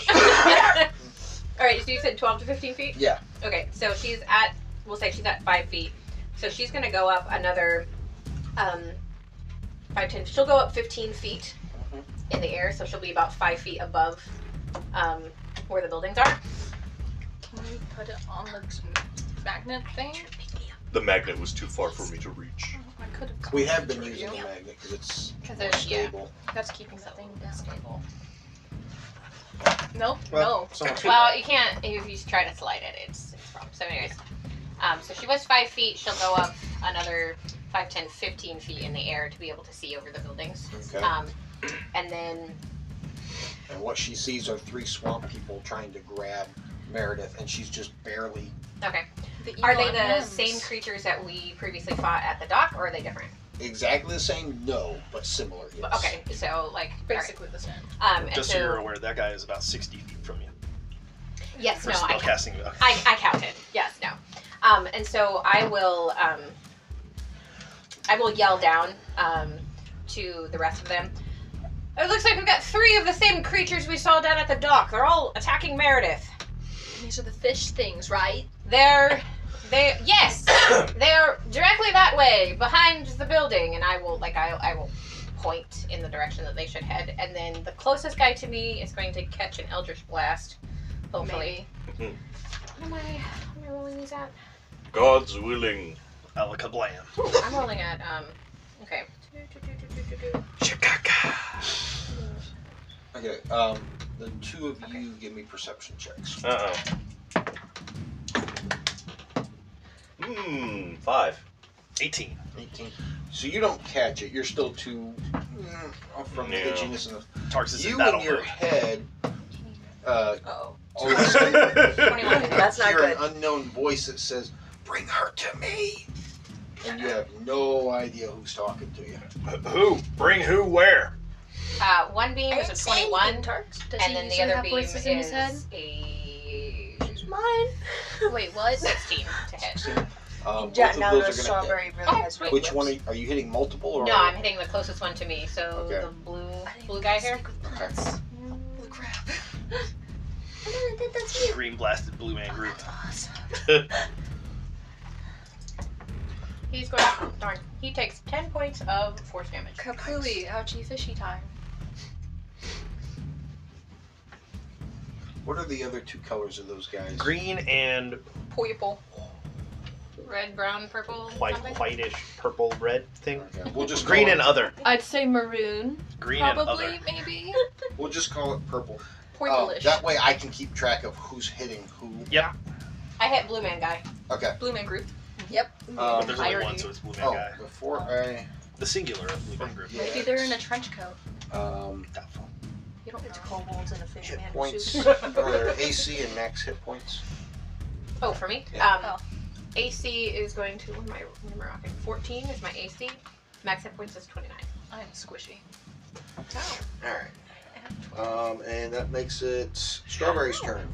All right, so you said 12 to 15 feet? Yeah. Okay, so she's at, we'll say she's at 5 feet. So she's going to go up another um, 5, 10. She'll go up 15 feet Mhm. in the air, so she'll be about 5 feet above um, where the buildings are. Can we put it on the magnet thing? The magnet was too far for me to reach. I could have. we have been using the magnet because it's Because more there's, yeah. stable. That's keeping that thing down. Stable. Nope. no. so much- Well, you can't, if you try to slide it, it's, it's wrong. So, anyways. Um, so she was 5 feet. She'll go up another 5, 10, 15 feet in the air to be able to see over the buildings. Okay. Um, and then And what she sees are three swamp people trying to grab Meredith, and she's just barely. Okay. The E Are evil they the M&Ms. same creatures that we previously fought at the dock, or are they different? Exactly the same, no, but similar. Yes. Okay, so like, alright. Basically the same. um, and Just so you're so aware, that guy is about 60 feet from you. yes, For no, I, ca- spellcasting. Okay. I, I counted. Yes, no, um, and so I will, um, I will yell down um, to the rest of them. It looks like we've got three of the same creatures we saw down at the dock. They're all attacking Meredith. These are the fish things, right? They're, they yes, they're directly that way behind the building, and I will like I I will point in the direction that they should head, and then the closest guy to me is going to catch an eldritch blast, hopefully. Maybe. What am I? What am I rolling these at? God's willing. Alakablam. I'm rolling at um. Okay. Okay. Um, the two of you give me perception checks. Uh-uh. Uh oh. Hmm, five. 18. 18. So you don't catch it. You're still too mm, off from No. the itchiness and the. Tarks is in You battle in your mode. head. Uh, Oh. all of a sudden, That's not hear good. an unknown voice that says, "Bring her to me," and you have no idea who's talking to you. Uh, who? Bring who where? Uh, one beam is Are you a saying twenty-one, Turks? Does and he then the usually other have beam is voices in his head? a Mine. Wait, what? sixteen to hit. Um, Yeah, both of those are now the gonna hit. strawberry really has Which one are you, are you hitting? Multiple or No, I'm hitting the closest one to me. So Okay. the blue blue guy here. Holy crap. Green blasted blue man group. He's going. Darn. He takes ten points of force damage. Kapooey, ouchie fishy time. What are the other two colors of those guys? Green and Purple. Red, brown, purple. white, something? whitish, purple, red thing. Okay, we'll just Green call and it, other. Um, I'd say maroon. Green and Probably, other. maybe. We'll just call it purple. Um, Purplish. Oh, that way I can keep track of who's hitting who. I hit blue man guy. Okay. Blue man group. But Um, there's only Irony. one, so it's blue man oh, guy. before I. The singular of blue man group. Yeah, Maybe they're in a trench coat. um, You don't get kobolds in a fish hit man points. suit. or their AC and max hit points. Oh, for me. Yeah. Um, AC is going to. What am I? What am I rocking? Fourteen is my AC. Max hit points is twenty-nine. I am squishy. Alright. Um, and that makes it Strawberry's Oh. turn.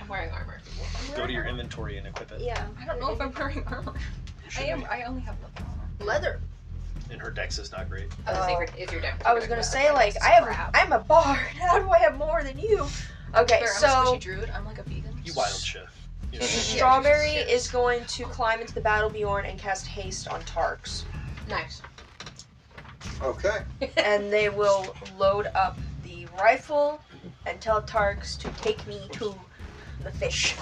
I'm wearing armor. Go to your inventory and equip it. Yeah. I don't know if I'm wearing armor. You I should am. be. I only have leather armor. Leather. And her dex is not great. Oh, the Oh. sacred is your deck. I was gonna say like I have I'm a bard. How do I have more than you? Fair, Okay, I'm a so squishy druid. I'm like a vegan. You wild chef. You know, Strawberry is going to climb into the Battle Bjorn and cast haste on Tarks, nice. Okay. and they will load up the rifle and tell Tarks to take me to the fish.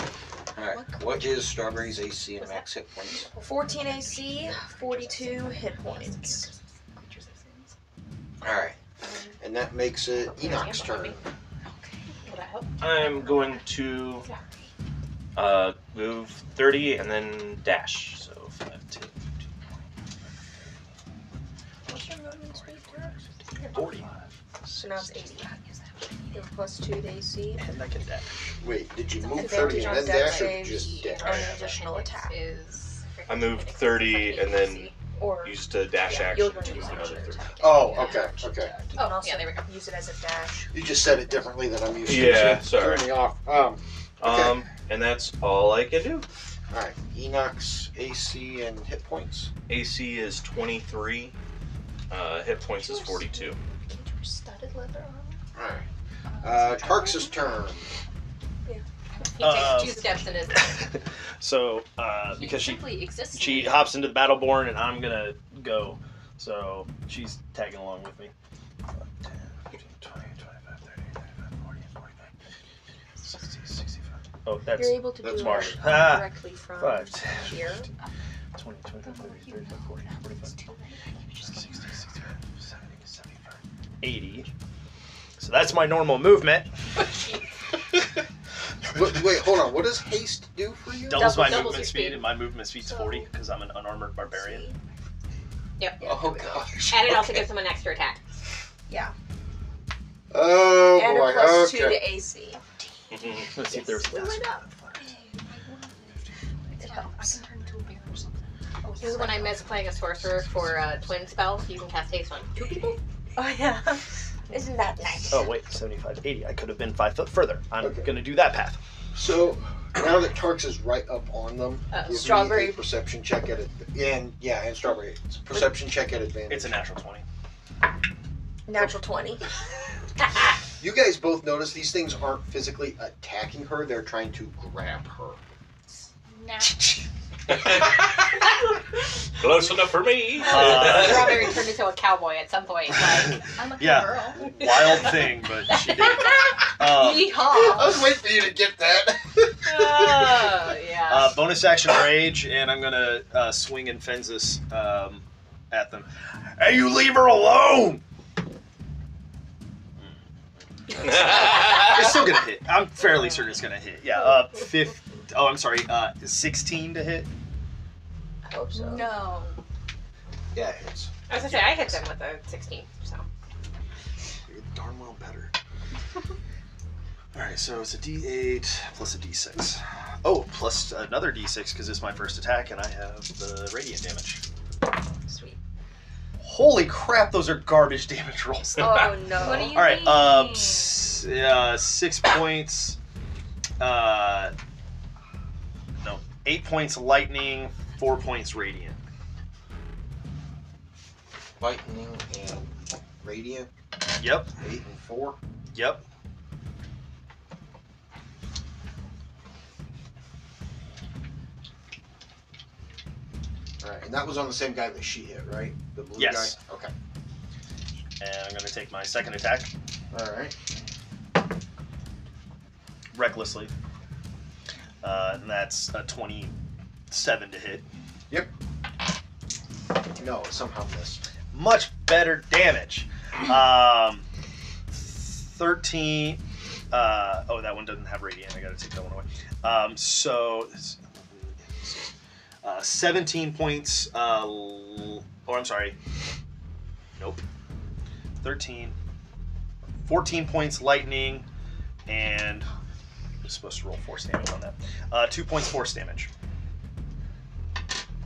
Alright, what is Strawberry's AC and max hit points? 14 AC, 42 hit points. Alright, and that makes it Enoch's turn. I'm going to uh, move 30 and then dash. So 5, 10, 15, 40. So now it's 80. You have plus 2 to AC, And I can dash. Wait, did you move Advantage 30 and on then deck dash or saves. just dash? and an additional attack. Is I moved 30 and then Or you used a uh, dash Yeah, action you'll to move another 30. Oh, okay, okay. can also Oh, yeah, there we go. use it as a dash. You just said it differently than I'm used to. Yeah, so sorry. Threw me off. Um, Okay. Um, and that's all I can do. alright, Enoch's AC and hit points. AC is 23. Uh, hit points is 42. Studded leather armor. Alright. Uh, Tarx's turn. He Uh, takes two steps and is so uh, because he she simply exists. she hops into the battleborn and I'm gonna go. So she's tagging along with me. 10, 15, 20, 25, 30, 35, 40, 45, 60, 65. Oh, that's You're able to that's do smart. it ah, directly from 5, 10, here. 20, 25, 30, 35, 40, 45, 60, 65, 70, 75, 80. So that's my normal movement. Mm, Wait, wait, hold on. What does haste do for you? doubles my doubles your movement speed, speed. and my movement speed's 40 because I'm an unarmored barbarian. Yep. Oh gosh. And it also Okay. gives him an extra attack. Oh And boy. a plus 2 okay. to AC. Let's see if there's We went up. It helps. I can turn into a bear or something. This is Oh, when I miss playing a sorcerer for uh, twin spells. You can cast haste on two people. Oh, yeah. Isn't that nice? Oh, wait, 75, 80. I could have been five foot further. I'm Okay. going to do that path. So now that Tarx is right up on them, Uh, give me strawberry. a perception check at it. And yeah, and strawberry. It's a perception check at advantage. It's a natural 20. Natural 20. you guys both notice these things aren't physically attacking her; they're trying to grab her. Close enough for me. Uh, Strawberry turned into a cowboy at some point. Like, I'm a Yeah. girl. Wild thing, but she did. Um, Oh, I yeehaw! was waiting for you to get that. Oh, yeah. uh, bonus action rage, and I'm going to uh, swing and fences um, at them. Hey, you leave her alone! It's still going to hit. I'm fairly certain it's going to hit. Yeah, uh, fifth. Oh, I'm sorry. Uh, 16 to hit. I hope so. No. yeah, it's I was gonna say I hit them with a 16, so You're darn well better. All right, so it's a D8 plus a D6. Oh, plus another D6 because it's my first attack, and I have the radiant damage. Sweet. Holy crap, those are garbage damage rolls. Oh, no. What do you All right, mean? uh, s- uh, six points. Uh, no, eight points lightning, four points radiant. lightning and radiant, Yep, eight and four. yep. All right, and that was on the same guy that she hit, right? The blue Yes. guy. Okay. And I'm gonna take my second attack All right. recklessly. Uh, and that's a 27 to hit. No, it somehow missed. Much better damage. Um, 13. Uh, oh, that one doesn't have radiant. I gotta take that one away. Um, so, uh, 17 points. Uh, l- or I'm sorry. Nope. 13. 14 points lightning, and I'm supposed to roll force damage on that. Uh, two points force damage.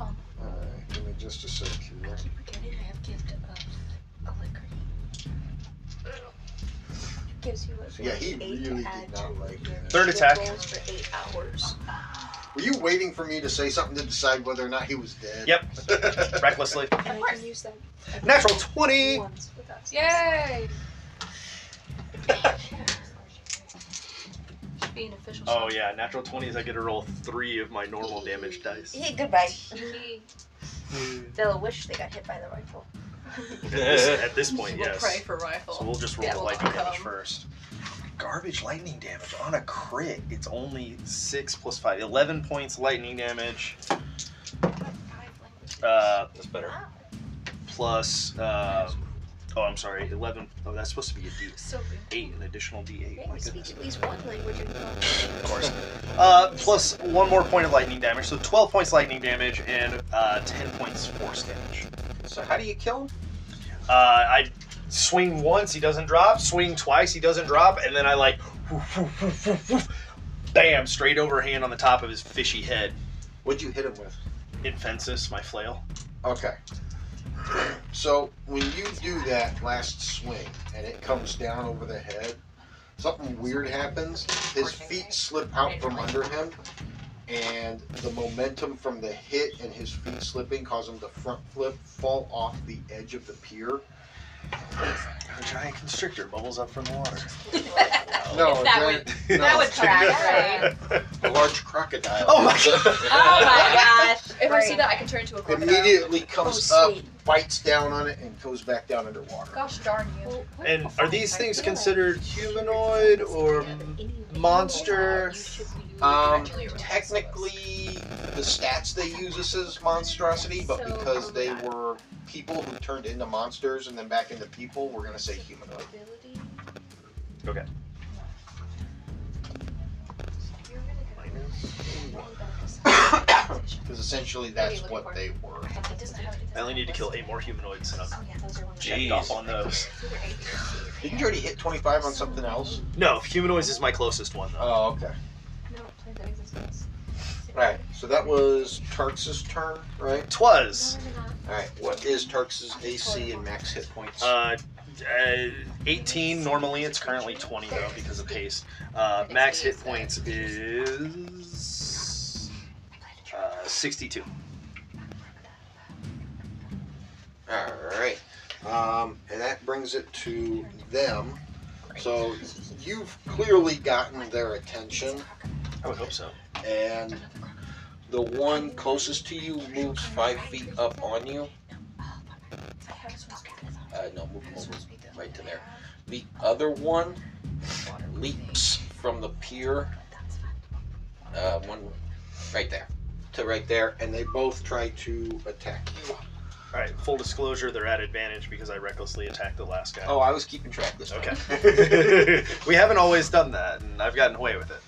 All right, give me just a sec here. Keep forgetting I have gift of alacrity. It gives you a Yeah, he eight really to add did not to like your that. Third attack. rolls for eight hours. Were you waiting for me to say something to decide whether or not he was dead? Yep. Recklessly. And I can use that Natural 20! once without Yay! Should be an official. Oh yeah, natural twenties. I get to roll three of my normal damage dice. Hey, goodbye. Yay. They'll wish they got hit by the rifle. At this, at this point, we'll yes. pray for So rifle. we'll just roll Yeah, the we'll lightning damage come. first. garbage lightning damage on a crit. It's only 6 plus 5. 11 points lightning damage. Uh, That's better. plus, uh, oh, I'm sorry, 11. Oh, that's supposed to be a D8, So good. an additional D8. My Maybe speak goodness. at least one language in common. Of course. Uh, plus one more point of lightning damage, so 12 points lightning damage and uh, 10 points force damage. So how do you kill him? Uh, I swing once, he doesn't drop. Swing twice, he doesn't drop, and then I like, woof, woof, woof, woof, woof, bam, straight overhand on the top of his fishy head. What'd you hit him with? Infensis, my flail. Okay. So when you do that last swing and it comes down over the head, something weird happens. His feet slip out from under him, and the momentum from the hit and his feet slipping cause him to front flip, fall off the edge of the pier. A giant constrictor bubbles up from the water. No, that a would- giant- that no, would track, right? a large crocodile. Oh my god! Oh my gosh. If I see Right. that, I can turn into a crocodile. Immediately comes Oh, up, sweet. bites down on it, and goes back down underwater. Gosh darn you. And are these things considered humanoid or monster? Um, technically, the stats they use this as monstrosity, but because they were people who turned into monsters and then back into people, we're gonna say humanoid. Because essentially, that's what they were. I only need to kill eight more humanoids, and I'm checked Jeez. off on those. Didn't you already hit 25 on something else? No, humanoids is my closest one though. Oh, okay. Right. So that was Tarx's turn, right? Twas All right. What is Tarx's AC and max hit points? uh, uh, 18 normally. It's currently 20 though because of haste. Uh, max hit points is uh, 62. All right. Um, and that brings it to them. So you've clearly gotten their attention. I would hope so. and the one closest to you moves five feet up on you. Uh, no, move him over right to there. The other one leaps from the pier. Uh, one right there to right there, and they both try to attack you. All right. Full disclosure, they're at advantage because I recklessly attacked the last guy. Oh, I was keeping track this time. Okay. we haven't always done that, and I've gotten away with it.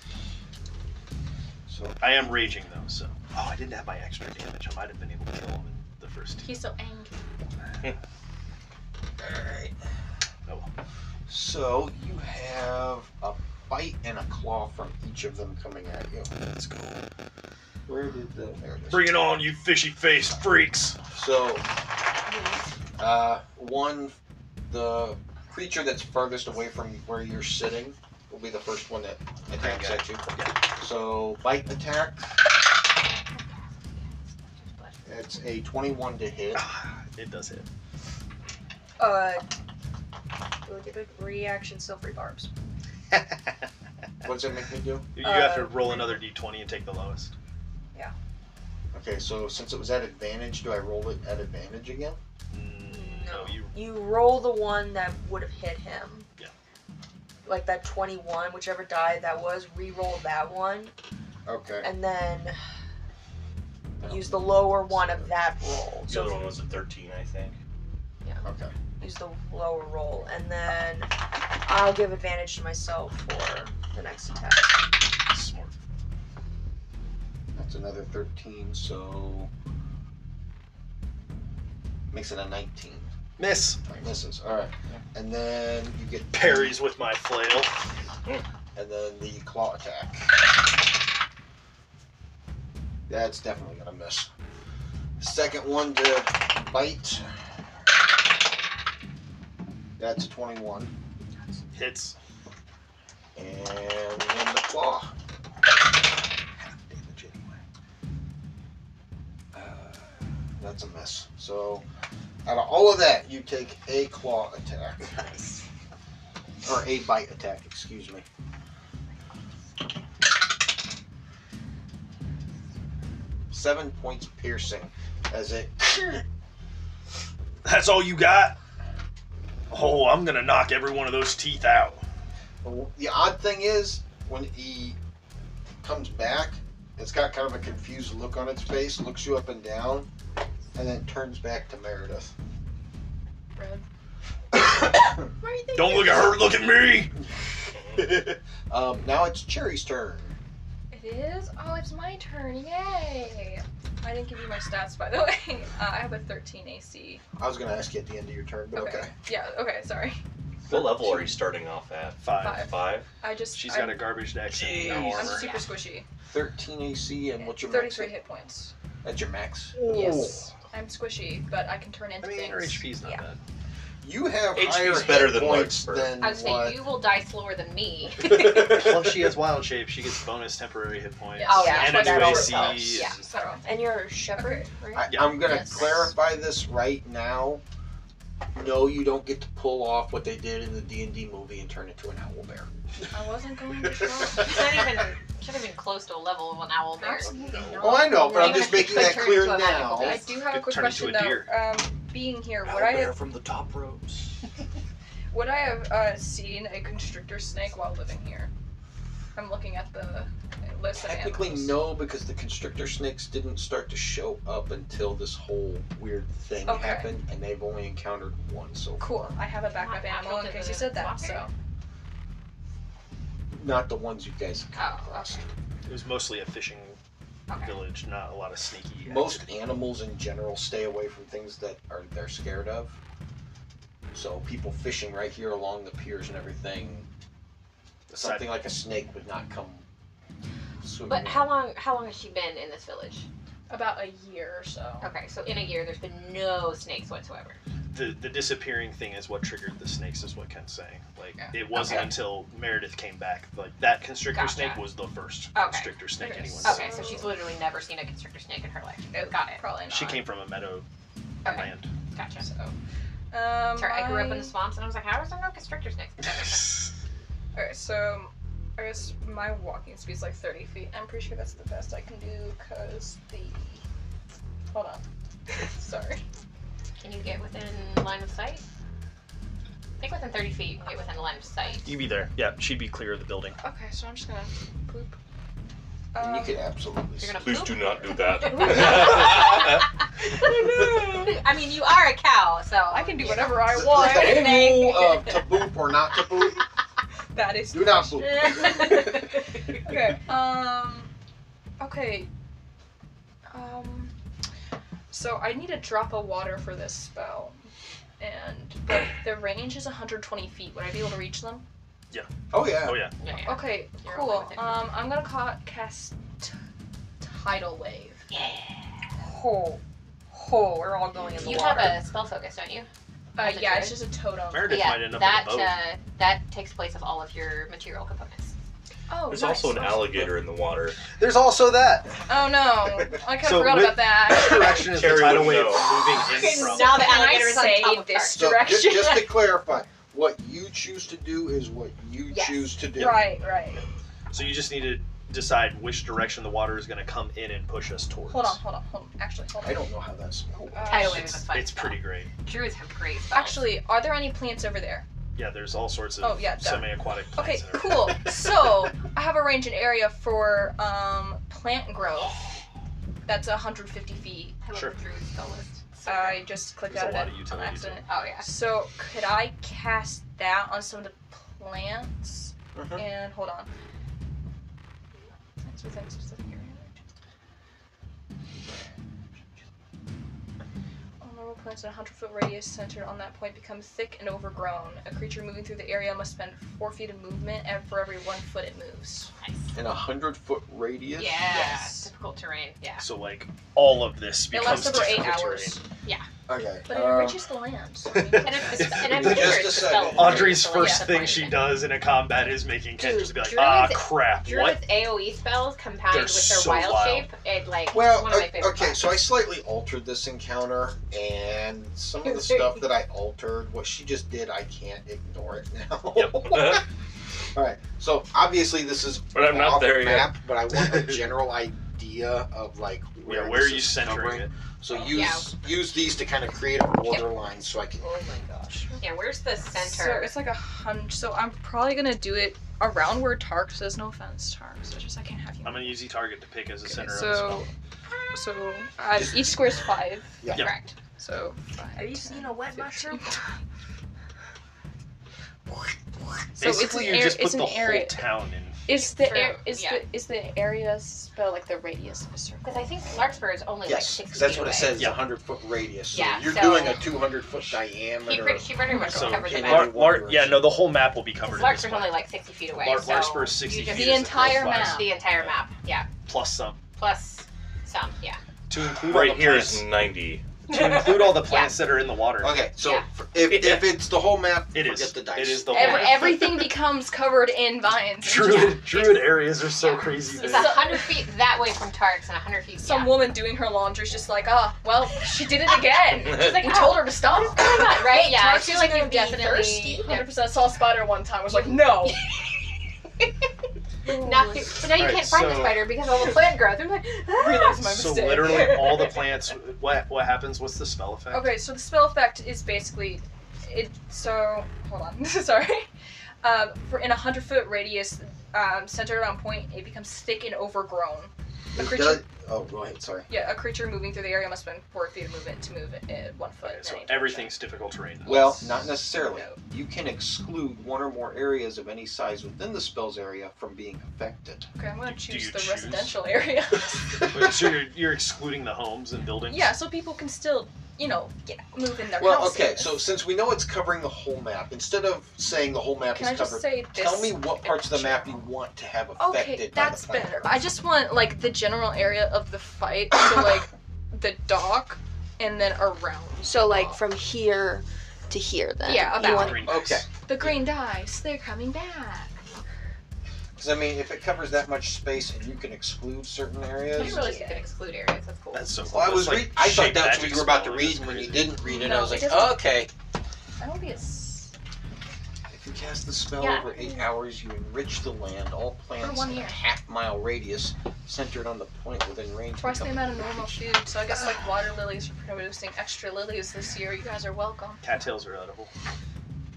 So I am raging though, so. Oh, I didn't have my extra damage. I might have been able to kill him in the first. He's so angry. Alright. Oh. So you have a bite and a claw from each of them coming at you. Let's go. Where did the there it is. Bring it on, you fishy face freaks! So uh one the creature that's furthest away from where you're sitting will be the first one that attacks at you. So bite attack. That's a twenty-one to hit. Ah, It does hit. Uh, we'll give it reaction silvery barbs. What does that make me do? You have to Uh, roll another d20 and take the lowest. Okay, so since it was at advantage, do I roll it at advantage again? Mm, No, you. You roll the one that would have hit him. Yeah. Like that 21, whichever die that was, re-roll that one, Okay. and then Uh, use the lower one of that roll. The other So one was a 13, I think. Okay. use the lower roll, and then I'll give advantage to myself for the next attack. Smart. That's another 13, so. Makes it a 19. Miss! Right, misses. Alright. And then you get. Parries with my flail. And then the claw attack. That's definitely gonna miss. Second one to bite. That's a 21. Hits. And then the claw. Damage anyway. Uh, that's a miss. So, out of all of that, you take a claw attack. Or a bite attack, excuse me. Seven points piercing as it. That's all you got? Oh, I'm gonna knock every one of those teeth out. The odd thing is, when he comes back, it's got kind of a confused look on its face, looks you up and down, and then turns back to Meredith. Red. What are you thinking? Don't look at her, look at me! um, now it's Cherry's turn. It is? Oh, it's my turn. Yay! I didn't give you my stats, by the way. Uh, I have a 13 AC. I was going to ask you at the end of your turn, but okay. Yeah, okay, sorry. What level are you starting off at? Five. Five. Five. I just. She's I, got a garbage deck. and Jeez. No I'm armor. super squishy. 13 AC, and what's your max? 33 hit points. That's your max. Yes. I'm squishy, but I can turn into I mean, things. her HP's not Yeah. bad. You have HP is higher better hit than points Larkspur. than I would say what? you will die slower than me. Plus, she has wild shape. She gets bonus temporary hit points. Oh, yeah, And but a new that always AC. helps. and- Yeah, so And you're a shepherd, right? I, I'm gonna Yes. clarify this right now. No, you don't get to pull off what they did in the D and D movie and turn into an owl bear. I wasn't going to try. It's not even should have been close to a level of an owl bear. Oh, I know, but I'm Even just if making you that turn clear into a magical now. I beast. do have a Could quick turn into question a though. deer. Um, being here, would I have, from the top ropes. would I have uh, seen a constrictor snake while living here? I'm looking at the list of Technically, animals. no, because the constrictor snakes didn't start to show up until this whole weird thing Okay. happened, and they've only encountered one so far. Cool. I have a backup Not animal in after case the you said that. walker? So Not the ones you guys have come Oh, across. It was mostly a fishing Okay. village, not a lot of sneaky. Most animals in general stay away from things that are they're scared of. So people fishing right here along the piers and everything, something like a snake would not come swimming. But in. how long how long has she been in this village? about a year or so. Okay, so in a year there's been no snakes whatsoever. the the disappearing thing is what triggered the snakes, is what Ken's saying. Like Yeah. it wasn't Okay. until Meredith came back. Like that constrictor Gotcha. snake was the first Okay. constrictor snake Okay. anyone Okay, so saw. she's literally never seen a constrictor snake in her life. Got it. Probably not. She came from a meadow Okay. land. Gotcha. So, um, Sorry, I grew up in my- the swamps and I was like, how is there no constrictor snakes? Okay, so I guess my walking speed's like 30 feet. I'm pretty sure that's the best I can do because the. Hold on. Sorry. Can you get within line of sight? I think within 30 feet, you can get within line of sight. You'd be there. Yeah, she'd be clear of the building. Okay, so I'm just gonna. Um, And you could absolutely. You're gonna Please poop? do not do that. I mean, you are a cow, so. I can do whatever see- I It's want. like the whole rule of to boop or not to boop. that is. Do not boop. Okay. Um. Okay. Um. So I need a drop of water for this spell, and the, the range is 120 feet. Would I be able to reach them? Oh yeah. Oh yeah. Yeah, yeah. Okay, You're cool. okay with it. Um, I'm gonna ca- cast t- tidal wave. Ho, ho, Oh, we're all going in the You water. have a spell focus, don't you? Uh, Is it yeah, it's good? just a totem. Meredith yeah, might end up that in a boat. Uh, that takes place of all of your material components. Oh, There's nice. also an alligator in the water. There's also that. Oh no, I kind of So forgot with- about that. direction is Carrie the tidal would wave know. moving in Okay, from. now the Can I alligator is on save top of this her. So just, just to clarify, what you choose to do is what you Yes. choose to do. Right, right. So you just need to decide which direction the water is going to come in and push us towards. Hold on, hold on, hold on. Actually, hold on. I don't know how that smells. Uh, Tidal wave is a It's, fun it's spell. pretty great. Druids have great spells. Actually, are there any plants over there? Yeah, there's all sorts of Oh, yeah, duh. semi-aquatic Okay, plants. in there. cool. So I have a range and area for um plant growth. That's 150 feet. I love sure. the druid spell list. So I just clicked There's a out lot of it of on utility to accident. good. oh yeah. So could I cast that on some of the plants? Mhm. And hold on. Plants within a specific area. All normal plants in a hundred foot radius centered on that point become thick and overgrown. A creature moving through the area must spend four feet of movement and for every one foot it moves. Nice. In a hundred foot radius. Yeah. Yes. Difficult terrain. Yeah. So like all of this It becomes lasts over eight difficult hours. Okay. But it uh, enriches the land. So I mean, And, it's, If- and I'm just pretty sure a it's the second. spell. terrain. Audrey's Oh, So, like, first that's thing fine. she does in a combat is making Ken Dude, just be like, druids- ah, crap, Druid's what? AoE E spells compound They're with their so wild, wild. shape. It like it's Well, one of my o- favorite. okay, parts. so I slightly altered this encounter, and some of the stuff that I altered, what she just did, I can't ignore it now. Yep. All right, so obviously this is But I'm off not there yet. map, but I want a general idea idea of like where, Yeah, where are this you is centering covering. it? So Oh, Yeah. use use these to kind of create a borderline, so I can. Oh my gosh. Yeah, where's the So center? it's like a hunch. So I'm probably gonna do it around where Tark says. No offense, Tark. So just I can't have you. I'm an easy target to pick as a Okay, center of the so, spell. so uh, each square is five. Yeah. Yeah. Correct. So. Five, Have you 10, seen a wet 15. mushroom? So it's an Basically, you area. just put It's the an whole area. town in. Is the For- air is yeah. the is the area spell like the radius of a circle? Because I think Larkspur is only like Yes, 'cause six that's feet what away. it says. Yeah. A hundred foot radius. So Yeah, you're so- doing a two hundred foot He diameter. pretty, he pretty much So covered the can map. Lar- Lar- yeah, no, the whole map will be covered. Because Larkspur's in this one. only like 60 feet away. Lar- so Larkspur's 60 you just- feet The is entire close map. The entire map. Yeah. Plus some. Plus some. Yeah. to include all Right the here planets- is 90. to include all the planets that are in the water. Okay, so Yeah. for- if, It- if it's the whole map, It forget is. the dice. It is the whole. Every, everything becomes covered in vines. It's just Druid, druid areas are so crazy. It's There. 100 feet that way from Tarks and 100 feet. Some yeah. woman doing her laundry is just like, ah, well, she did it again. She's like, we oh, told her to stop. come on, right? Yeah. I Tark's feel is like gonna you've be definitely. thirsty. 100% saw a spider one time. I was like, no. Now, but now you Alright, can't find the so- spider because all the plant growth. I'm like, Realize my So mistake. literally all the plants. What what happens? What's the spell effect? Okay, so the spell effect is basically it. So hold on, sorry. Um, for in a hundred foot radius, um, centered around point, it becomes thick and overgrown. A It creature, does- oh, go ahead. Sorry. yeah, a creature moving through the area must spend four feet of movement to move it uh, one foot. Okay, in so any direction. everything's difficult terrain. Well, not necessarily. No. You can exclude one or more areas of any size within the spell's area from being affected. Okay, I'm gonna Do choose you the choose? residential area. Wait, so you're, you're excluding the homes and buildings. yeah, so people can still, you know, get, move in their Well, houses. okay, so since we know it's covering the whole map, instead of saying the whole map can is I just covered, say this? tell me what parts of the map you want to have affected Okay, by that's the plan. better. I just want like the general area of the fight, so like the dock, and then around. So like from here to here then. Yeah, You about- want- Green dice. Okay, The green dice, they're coming back. because I mean, if it covers that much space and you can exclude certain I areas. didn't realize you could exclude areas. That's cool. That's so. Cool. Well, I was That's like read- I thought shape that's what magic you were about to spell. read, That's and when you crazy. didn't read it, No, I was it like, doesn't- okay. I don't think it's If you cast the spell Yeah. over eight hours, you enrich the land. All plants one in a year. half mile radius, centered on the point within range. twice the become amount of normal food, so I guess like water lilies are producing extra lilies this year. You guys are welcome, Cattails are edible.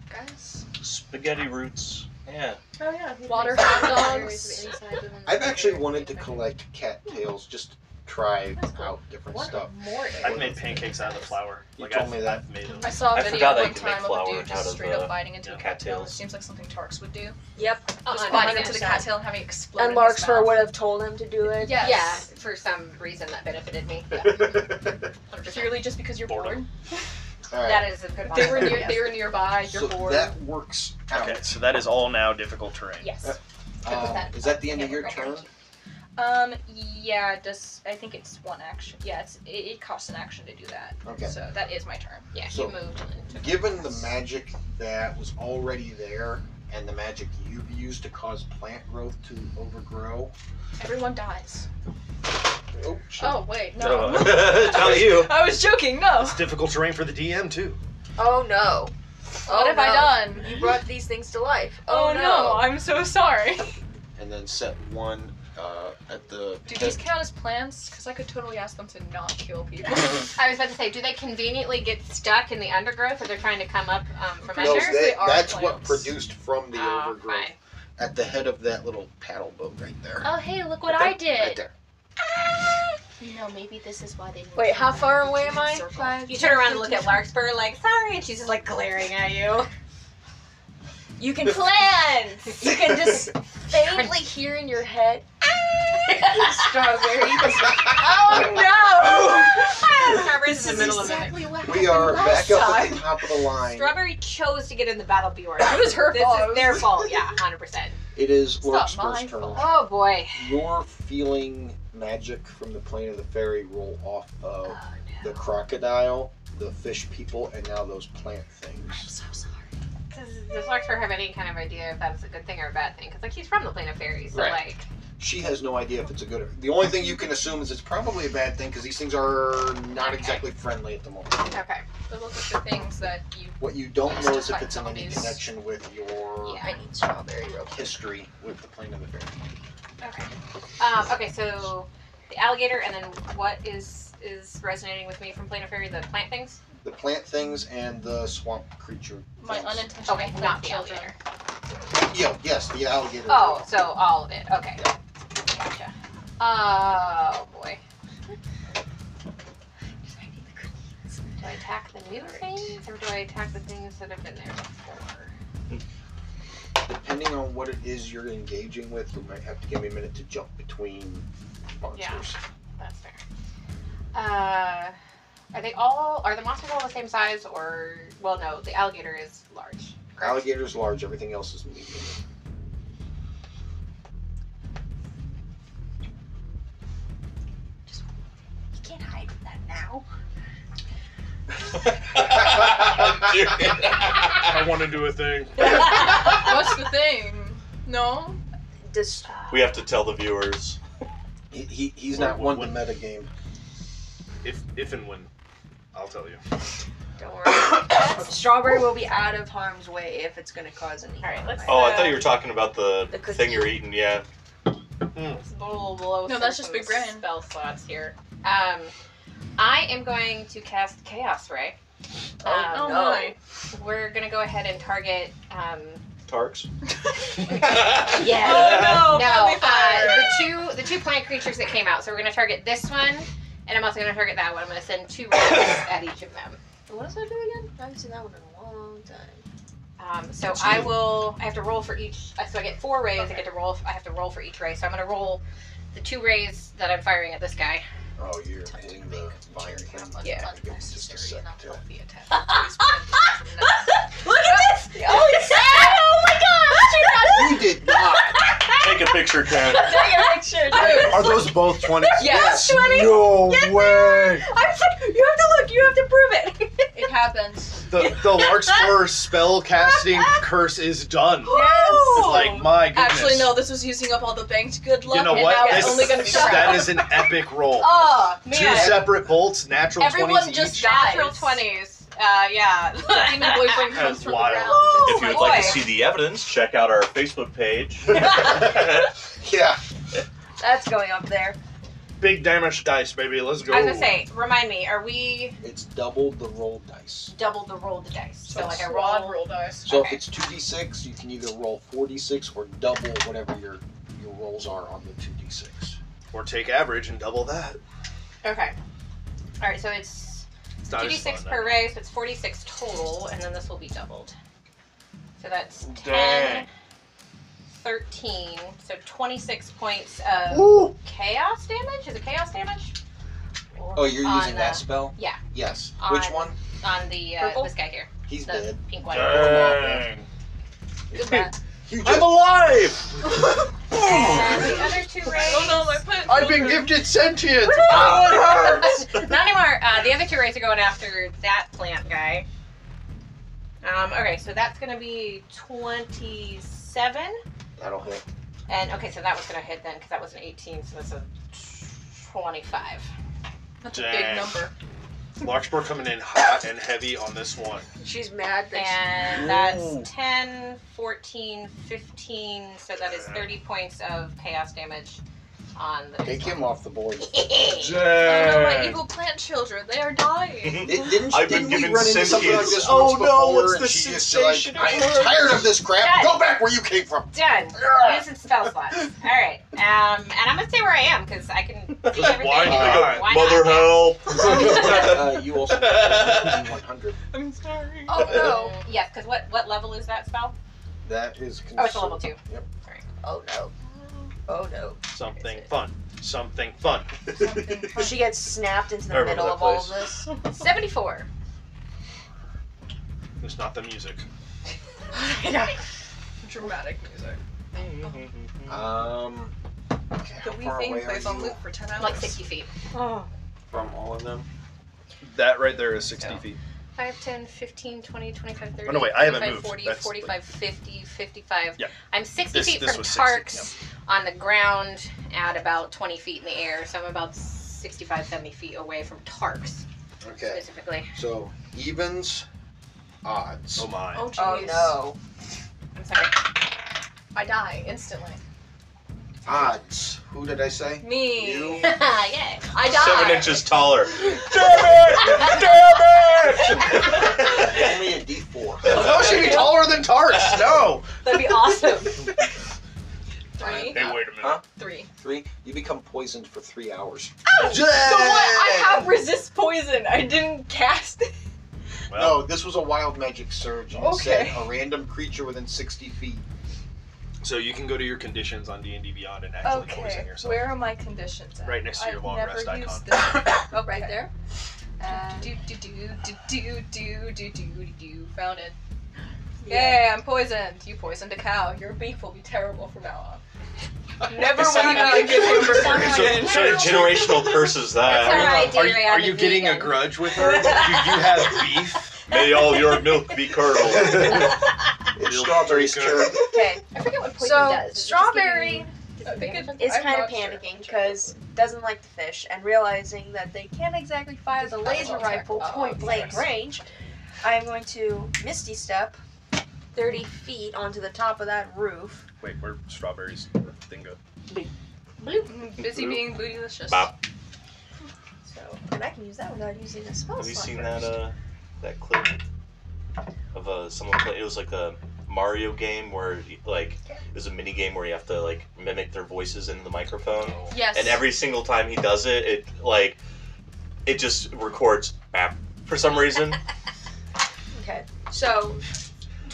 guys. Spaghetti roots. Yeah. Oh yeah. Water hot dogs. I've actually wanted to collect cattails just to try That's cool. out different What stuff. more I've made pancakes out of the flour. You like told I've, me that. I've made them. I saw a I video forgot that one you can make time of a flour dude out just of, straight up uh, biting into a yeah, cattail. It cattails. seems like something Tarks would do. Yep. Oh, Uh, Just biting into the 100%. cattail and having it explode. And in his Larkspur mouth. would have told him to do it. Yes. Yeah, for some reason that benefited me. Yeah, 100%. Purely just because you're bored. Boredom. All right. That is a good They were one. near. They were nearby. You're so bored. that works out. Okay, so that is all now difficult terrain. Yes. Um, that. is that the end of Okay, your right here. turn? Um. Yeah. Does I think it's one action? Yeah. It's it, it costs an action to do that. Okay. So that is my turn. Yeah, he So- moved. and took- Given the magic that was already there and the magic you've used to cause plant growth to overgrow. Everyone dies. Oh, shit. Oh wait, no. No. Tell you. I was joking. No. It's difficult terrain for the DM too. Oh no. what have I done? You brought these things to life. Oh, no. I'm so sorry. And then set one uh, at the. Do these count as plants? Because I could totally ask them to not kill people. I was about to say, do they conveniently get stuck in the undergrowth, or they're trying to come up um, from No, under? sure they- they are that's what plants. produced from the Oh, overgrowth fine. at the head of that little paddle boat right there. Oh, hey, look what Right I there, Right did. there. You know, maybe this is why they. didn't Wait, kill how me. far away am I? Circle. Five, You turn around and look at fifteen. Larkspur, like, sorry, and she's just like glaring at you. You can cleanse. You can just faintly hear in your head. Strawberry. Oh Strawberry's in the middle of it. exactly what We are last back up at the top of the line. Strawberry chose to get in the battle Bjorn. It was her this fault. is their fault. Yeah, hundred percent. It is It's not Larkspur's my turn. fault. Oh boy. You're feeling magic from the plane of the fairy roll off Oh, of the crocodile, the fish people, and now those plant things. so sorry. Does, does Larkspur have any kind of idea if that's a good thing or a bad thing? Because like he's from the plane of fairies, so Right. like She has no idea if it's a good. or The only thing you can assume is it's probably a bad thing because these things are not Okay. exactly friendly at the moment. okay. They look like the things that you. What you don't Used know to is if fight it's in any zombies. connection with your Yeah. I need strawberry real quick. history with the plane of the fairy. Um, okay, so the alligator, and then what is is resonating with me from Plane of Fairy? The plant things. The plant things and the swamp creature. My things. unintentional Okay, okay, not not the children. Yeah, yes, the alligator. Oh, so all of it. Okay. Gotcha. Oh boy. Do I attack the new things, or do I attack the things that have been there before? Depending on what it is you're engaging with, you might have to give me a minute to jump between monsters. That's fair. Uh, are they all? Are the monsters all the same size, or well, no, the alligator is large. correct? Alligator's large, everything else is medium. You can't hide from that now. I want to do a thing. What's the thing? No? Just we have to tell the viewers. He, he, he's Well, not well, one to meta game. If if and when, I'll tell you. don't worry. Strawberry will be out of harm's way if it's gonna cause any. All right, let's- Oh, I thought you were talking about the, The cookie. thing you're eating. Yeah. It's below- below No, that's just surface Big Brain. Spell slots here. Um, I am going to cast Chaos Ray. Um, oh no. my. We're gonna go ahead and target. Um, Tarks. yeah. Oh no! no, uh, friendly fire. the two the two plant creatures that came out. So we're gonna target this one, and I'm also gonna target that one. I'm gonna send two rolls at each of them. What does that do again? I haven't seen that one in a long time. Um, so I will. I have to roll for each. uh, So I get four rays. I Okay. get to roll. I have to roll for each ray. So I'm gonna roll the two rays that I'm firing at this guy. Oh, you're hitting the fire. thing. Yeah. Give me Just a sec to- uh, Look at this! Oh, it's Oh my god! You did not! Take a picture, Ken. Take a picture, dude. Are those both twenty? Yes. Twenty. No way. I was like, you have to look. You have to prove it. It happens. The the Larkspur spell casting curse is done. Yes. Like my goodness. Oh. Actually, no. This was using up all the banked good luck, You know and what? now This- it's only gonna shut that up. is an epic roll. Oh Two separate bolts, natural Everyone twenties just each. died. Natural twenties. Uh, yeah. Demon boyfriend comes That's from wild. the ground. Oh, If you would like boy. to see the evidence, check out our Facebook page. Yeah. That's going up there. Big damage dice, baby. Let's go. I was gonna say, remind me, are we It's double the roll dice. double the roll the dice? So, like I Rod roll. roll dice. So Okay. if it's two d six, you can either roll four d six or double whatever your your rolls are on the two d six. or take average and double that. Okay. All right. So it's It's not two d as six fun, per though. ray, so it's forty six total, and then this will be doubled. So that's 10, Dang. 13, so 26 points of chaos damage. Is it chaos damage? Oh, you're On using that the- spell? yeah. Yes. On- Which one? on the uh, Purple? this guy here, He's the dead. pink one. Dang. Good luck. You I'm just, alive. And the other two rays. Oh no, my foot. I've been gifted Ah! sentience. Oh, Not anymore. Uh, the other two rays are going after that plant guy. Um, okay, so that's going to be 27. that'll hit. And okay, so that was going to hit then because that was an 18, so that's a 25. That's a big Dang. number. Larkspur coming in hot and heavy on this one. She's mad that And Ooh. that's 10, 14, 15, so that is 30 points of chaos damage on the. Take him off the board. Oh no, my Dang. evil plant children. They are dying. Did, didn't I've been didn't we given run into something like sentience. this Oh, once no, before it's and the she just sensation Like, I it am tired of this crap. Yes. Go back where you came from. Done. Yeah. Use its spell slots. All right. Um, and I'm going to stay where I am because I can see everything. Why not? Why Mother not? help. Oh, uh, you also 100. I'm sorry. Oh no. Oh, yes, because what, what level is that spell? That is. Oh, it's a level two. Oh no. Oh no. Something fun. Something fun. She gets snapped into I the remember middle that of all of place. this. 74. It's not the music. Dramatic music. Um. okay, how The wee far thing away are plays on you loop for 10 hours. Like 60 feet. Oh, From all of them. That right there is 60 Yeah. feet. 5, 10, 15, 20, 25, 30. Oh, no, wait, I haven't 25, moved. 40, That's- 45, 50, 55. Yeah. I'm 60 This- feet this from was 60, Tarks on the ground at about 20 feet in the air, so I'm about 65, 70 feet away from Tarks Okay. specifically. So evens, odds. Oh my. Oh jeez. Oh no. I'm sorry. I die instantly. Odds. Who did I say? Me. You. yeah. I died. Seven inches taller. Damn it! Damn Only it! a D4. No, she'd be taller than Taurus. No. That'd be awesome. three. Hey, wait a minute. Huh? Three. Three. You become poisoned for three hours. So So what? I have resist poison. I didn't cast it. Well, no, this was a wild magic surge. You Okay. said a random creature within 60 feet. So you can go to your conditions on D and D Beyond and actually poison yourself. Where are my conditions at? Right next to your I've long never rest used icon. This. oh, right Okay. there. Uh, Do do do do do do do do do. Found it. yeah. Yay! I'm poisoned. You poisoned a cow. Your beef will be terrible from now on. Never It's when you not- get hamburger So, again. so generational curses That's that. all right, are you, Jerry, are I'm you a getting a vegan. grudge with her? you, you have beef? May all your milk be curdled. It's strawberries, good. cherry. Okay. I forget what poison So, does. Does it just give strawberry you I think disadvantage it- on is I'm kind not of sure. panicking because doesn't like to fish and realizing that they can't exactly fire the laser Oh, rifle oh, point blank yes. range. I'm going to misty step thirty feet onto the top of that roof. Wait, where strawberries thing go? Mm, Busy being bootylicious. Bop. So and I can use that without using a spell. Have you slot seen first. that uh, that clip of uh, someone play? It was like a Mario game where like it was a mini game where you have to like mimic their voices into the microphone, Yes. and every single time he does it, it like it just records bap for some reason. Okay. so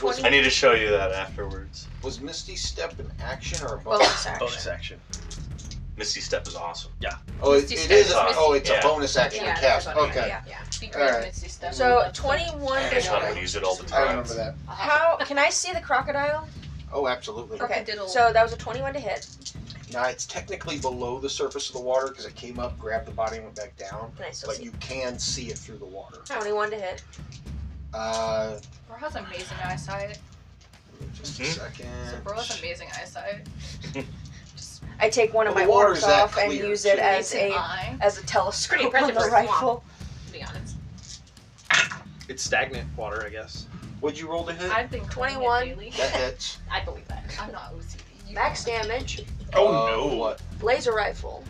Was, I need to show you that afterwards. was Misty Step an action or a Well, bonus? it's action. Bonus action. Misty Step is awesome. oh, it, Misty it Step is. A, is oh, it's Yeah. a bonus action Yeah, to cast. that's what I Okay. Yeah. be All right. Misty Step. So twenty-one. I just vision. want to use it all the I time. remember that. How can I see the crocodile? Oh, absolutely. Okay. Crocodile. So that was a twenty-one to hit. Now it's technically below the surface of the water because it came up, grabbed the body, and went back down. Can I still But see? you can see it through the water. Twenty-one to hit. Uh, Bro has amazing eyesight. just a Hmm? second. So Bro has amazing eyesight. Just I take one of Well, my the water orbs is that off and clear, use too. it it's as an a eye. as a Pretty telescope on impressive the for a swamp. rifle. To be honest, It's stagnant water, I guess. Would you roll to hit? I've been cleaning it 21. daily. That hits. I believe that. I'm not OCD. You Max know. damage, Uh, Oh no! What? laser rifle.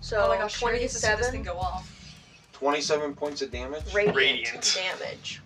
So Oh my gosh, Sherry gets to see this thing 27 go off. Twenty-seven points of damage. radiant, Radiant. damage.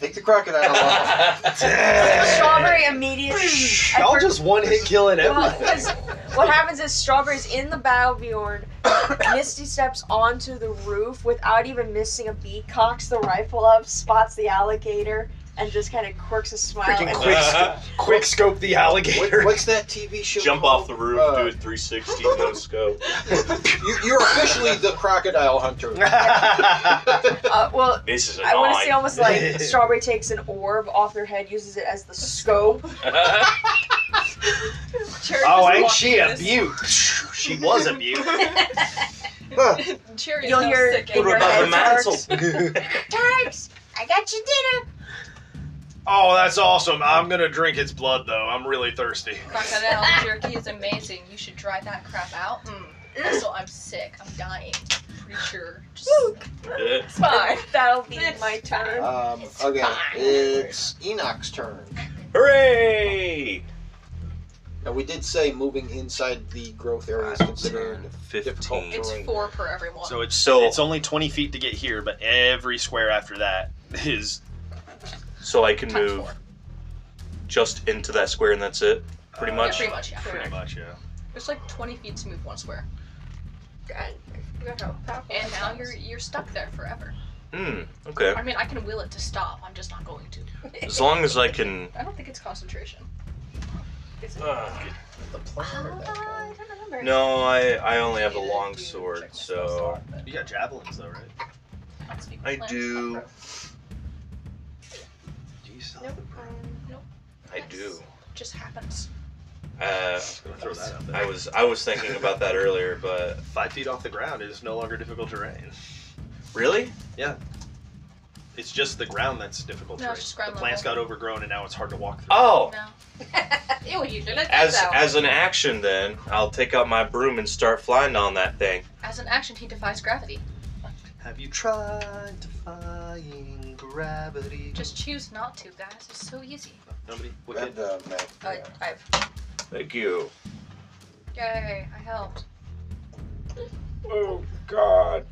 Take the crocodile off. Strawberry immediate. I Y'all per- just one hit killing Well, everything. 'cause what happens is strawberries in the bow Bjorn, Misty steps onto the roof without even missing a beat, cocks the rifle up, spots the alligator, and just kind of quirks a smile. Freaking and quick, sc- quick scope the alligator. What, what's that TV show? Jump called? off the roof, Uh, do a 360, no scope. You, you're officially the crocodile hunter. Uh, well, This is I want to say annoying. almost like strawberry takes an orb off their head, uses it as the scope. Cherry oh, just ain't walked she a in this- beaut? She was a beaut. Cherry is You'll now hear sick in and your her Above the head. eyes mantle. Turks. Um, Turks, I got your dinner. Oh, that's awesome. I'm gonna drink its blood though. I'm really thirsty. are- Crocodile jerky is amazing. You should try that crap out. Mm. Also, I'm sick. I'm dying. Pretty sure. Just, Yeah. it's fine. That'll be It's my turn. Um, okay, it's Enoch's turn. Hooray! Now we did say moving inside the growth area is considered. Difficult. It's four per everyone. So it's So- it's only 20 feet to get here, but every square after that is So I can Times move four. just into that square and that's it, pretty Uh, Yeah, much. pretty much. Yeah. pretty much yeah. There's like 20 feet to move one square, God, I forgot how powerful and that now was. you're you're stuck there forever. Hmm. Okay. I mean, I can will it to stop. I'm just not going to. As long as I can. I don't think it's concentration. Uh, The planner that guy. don't remember. no, I I only have a long sword, so You got javelins though, right? Let's be I clear. do. Do you still? Nope. I do. Just happens. Uh, I'm gonna throw that out there. I was I was thinking about that earlier, but Five feet off the ground is no longer difficult terrain. really, It's just the ground that's difficult No, terrain. it's just ground the plants level. got overgrown and now it's hard to walk through. oh, No. Uh, Ew, you should have as so. as an action, then I'll take out my broom and start flying on that thing. As an action, he defies gravity. Have you tried defying gravity? Just choose not to, guys. It's so easy. Uh, nobody. Read Wicked. the map. I, I've Thank you. Yay, I helped. Oh God.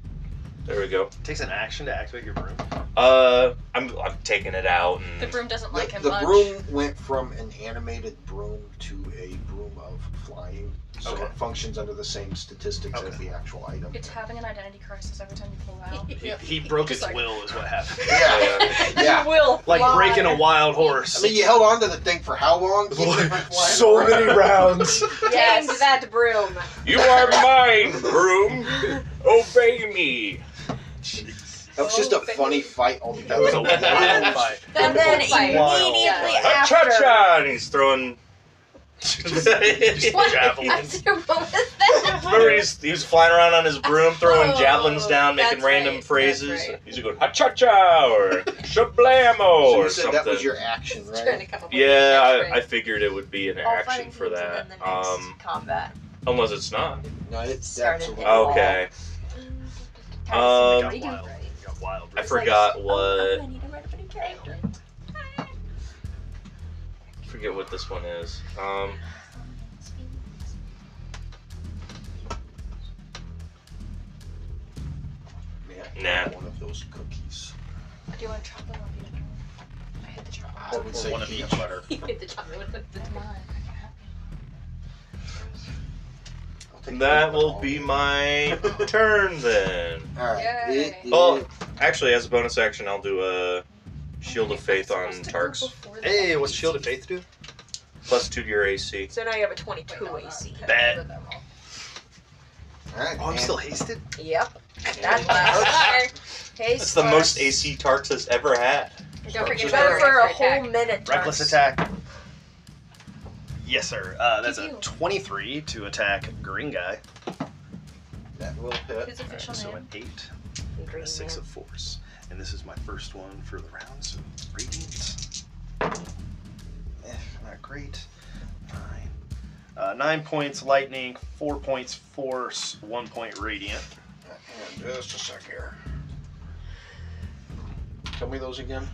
There we go. takes an action to activate your broom. Uh, I'm I'm taking it out. The And broom doesn't The, like him the much. broom went from an animated broom to a broom of flying, so Okay. it functions under the same statistics as Okay. the actual item. It's having an identity crisis every time you pull out. He, he broke his Sorry. will, is what happened. Yeah, yeah. Will. Like fly. breaking a wild I horse. mean, you held on to the thing for how long? so many rounds. Yes. Yes. that broom. you are mine, broom. Obey me. That was just a Oh, funny fight altogether. That was a wild fight. And then Fire. immediately Ha cha after. cha! And he's throwing. What? Javelins. After what was that? Remember, he's, he was flying around on his broom, throwing Oh, javelins down, making that's random right, that's phrases. right. He's going ha cha cha or shablamo So or you said something. that was your action, Trying right? to come up with yeah, a I, I catchphrase. figured it would be an All action fighting for moves and that. then the next Um, combat. unless it's not. No, it's Started absolutely. it Oh, all. Okay. Pass. Um, Got wild. Got wild. I forgot Oh, what. I need to write a new character. Forget what this one is. Um. Man, Nah. One of those cookies. Do you want chocolate or peanut butter? "Oh, I hate the chocolate. I would say One of each. each butter. He hit the chocolate with the- Come on, I can have it. I'll take That one will all. be my turn then. All right. Yay. It is- Oh. Actually, as a bonus action, I'll do a Shield of Faith Supposed on to go Tarks. before the- Hey, what's Shield of Faith do? Plus two to your AC. So now you have a 22 AC. Bad. all right, Oh, I'm man. still hasted? Yep. Yeah. That lasts. Hey, That's the most AC Tarks has ever had. Don't forget It's about better our for a extra whole attack. minute. Reckless Tarks. attack. Yes, sir. Uh, that's a Ew. 23 to attack green guy. That will hit. His official so name. an 8 and Green a 6 man. of force. And this is my first one for the round, so radiant. Eh, not great. 9. Uh, 9 points lightning, 4 points force, 1 point radiant. Hang on just a sec here. Tell me those again.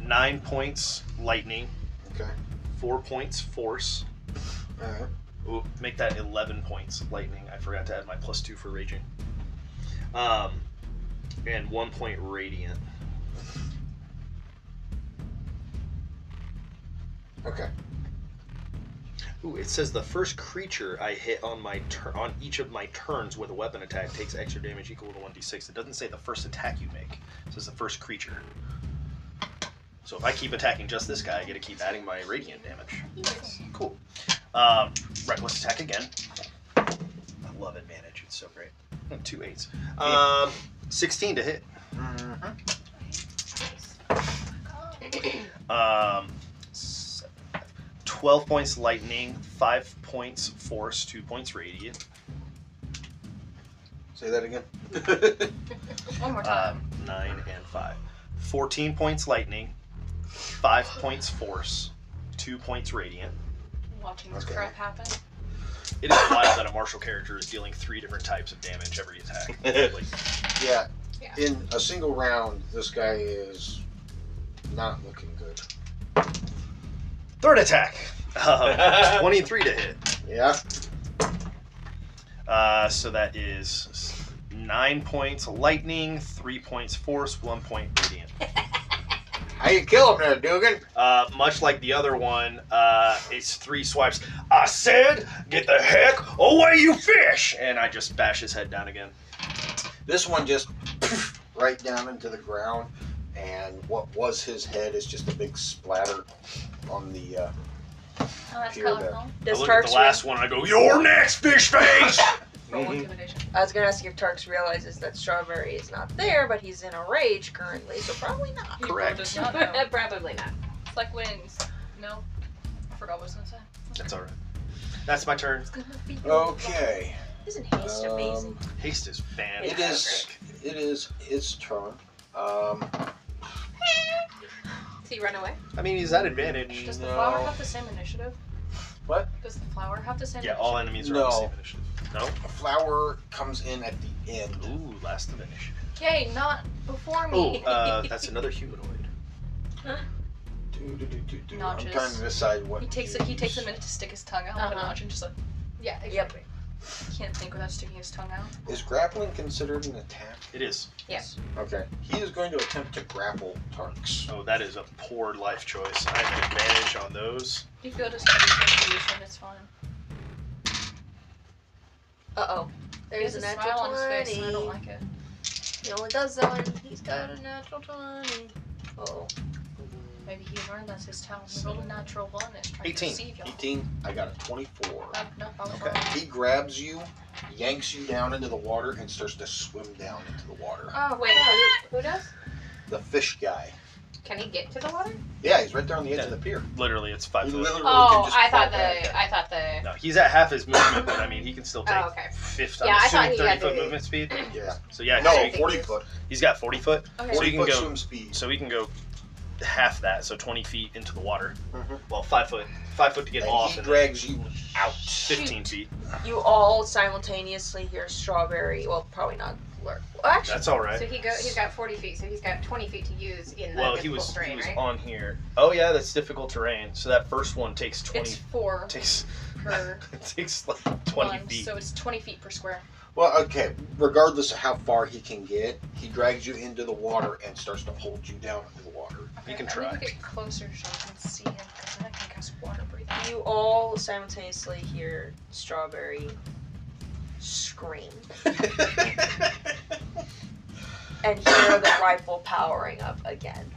9 points lightning, Okay. 4 points force. All right. Ooh, make that 11 points lightning. I forgot to add my plus 2 for raging. Um, and 1 point radiant. Okay. Ooh, it says the first creature I hit on my tur- on each of my turns with a weapon attack takes extra damage equal to one d six. It doesn't say the first attack you make. It says the first creature. So if I keep attacking just this guy, I get to keep adding my radiant damage. Cool. Um, reckless attack again. I love advantage. It's so great. Hmm, Two eights. Um, sixteen to hit. Oh, Um, s- 12 points lightning, 5 points force, 2 points radiant. Say that again. One more time. Um, 9 and 5. 14 points lightning, 5 points force, 2 points radiant. Oh, Watching this okay. crap happen. It is wild that a martial character is dealing 3 different types of damage every attack. Like, Yeah. Yeah. In a single round, this guy is not looking good. third attack! Um, 23 to hit. Yeah. Uh, so that is s- 9 points lightning, 3 points force, 1 point radiant. How you kill him there, Dugan? Uh, much like the other one, uh, it's three swipes. I said, get the heck away, you fish! And I just bash his head down again. This one just right down into the ground, and what was his head is just a big splatter on the. Uh, Oh, that's Here, there. colorful. I Does look at Tarks the last one, I go, you're next, fish face! Roll Mm-hmm. Mhm. intimidation. I was gonna ask you if Tarks realizes that Strawberry is not there, but he's in a rage currently, so probably not. He Correct. does not know. Probably not. It's like wings. No. I forgot what I was gonna say. That's alright. That's my turn. It's gonna be okay. Isn't haste Um, amazing? Haste is fantastic. It is. It is its turn. Um, So you run Um, away? I mean, he's at advantage. Does the No. flower have the same initiative? What? Does the flower have the same Yeah, all enemies are on the No. same initiative. No? flower comes in at the end. Ooh, last of initiative. Okay, not before Oh, me. uh, that's another humanoid. Do, do, do, do, do. I'm Notches. trying to decide what. He takes to it. He takes use. a minute to stick his tongue out Uh-huh. and watch and just like. Yeah, exactly. Can't think without sticking his tongue out. Is grappling considered an attack? It is. Okay. He is going to attempt to grapple Tarks. Oh, that is a poor life choice. I have an advantage on those. You go to solution, it's fine. Uh oh. There's There's a a smile natural on his face, 20. and I don't like it. He only does that when he's got a natural 20. Oh. Maybe he learned that's his talent. He rolled a natural one and is trying to 18. deceive y'all. 18. I got a 24. Nope, nope, I was Okay. Oh. wrong. He grabs you, yanks you down into the water, and starts to swim down into the water. Oh, Wait, who, who does? The fish guy. Can he get to the water? Yeah, he's right there on the edge of the pier. Literally, it's five He foot. literally can Oh, just I thought pull back the I thought the. No, he's at half his movement, but I mean, he can still take Oh, okay. fifth. Yeah, I I'm thought assuming he thirty had foot the- movement speed. up. Yeah. So yeah, No, so think 40 it's- foot. he's got forty foot, Okay. So 40 you can foot go- swim speed. so we can go half that, so twenty feet into the water. Mhm. Well, five foot, five foot to get And off, he and then drags you out. fifteen feet. You all simultaneously hear strawberry. Well, probably not. Lurk. Well, actually, That's all right. So he go. He's got forty feet, so he's got twenty feet to use in the Well, he difficult was he terrain, was right? on here. Oh yeah, that's difficult terrain. So that first one takes twenty. It's four Takes per takes like twenty one, feet. so it's twenty feet per square. Well, okay. Regardless of how far he can get, he drags you into the water and starts to hold you down into the water. You can I try. need to get closer so I can see him because then I can cast water breathing. you all simultaneously hear strawberry scream and hear the rifle powering up again.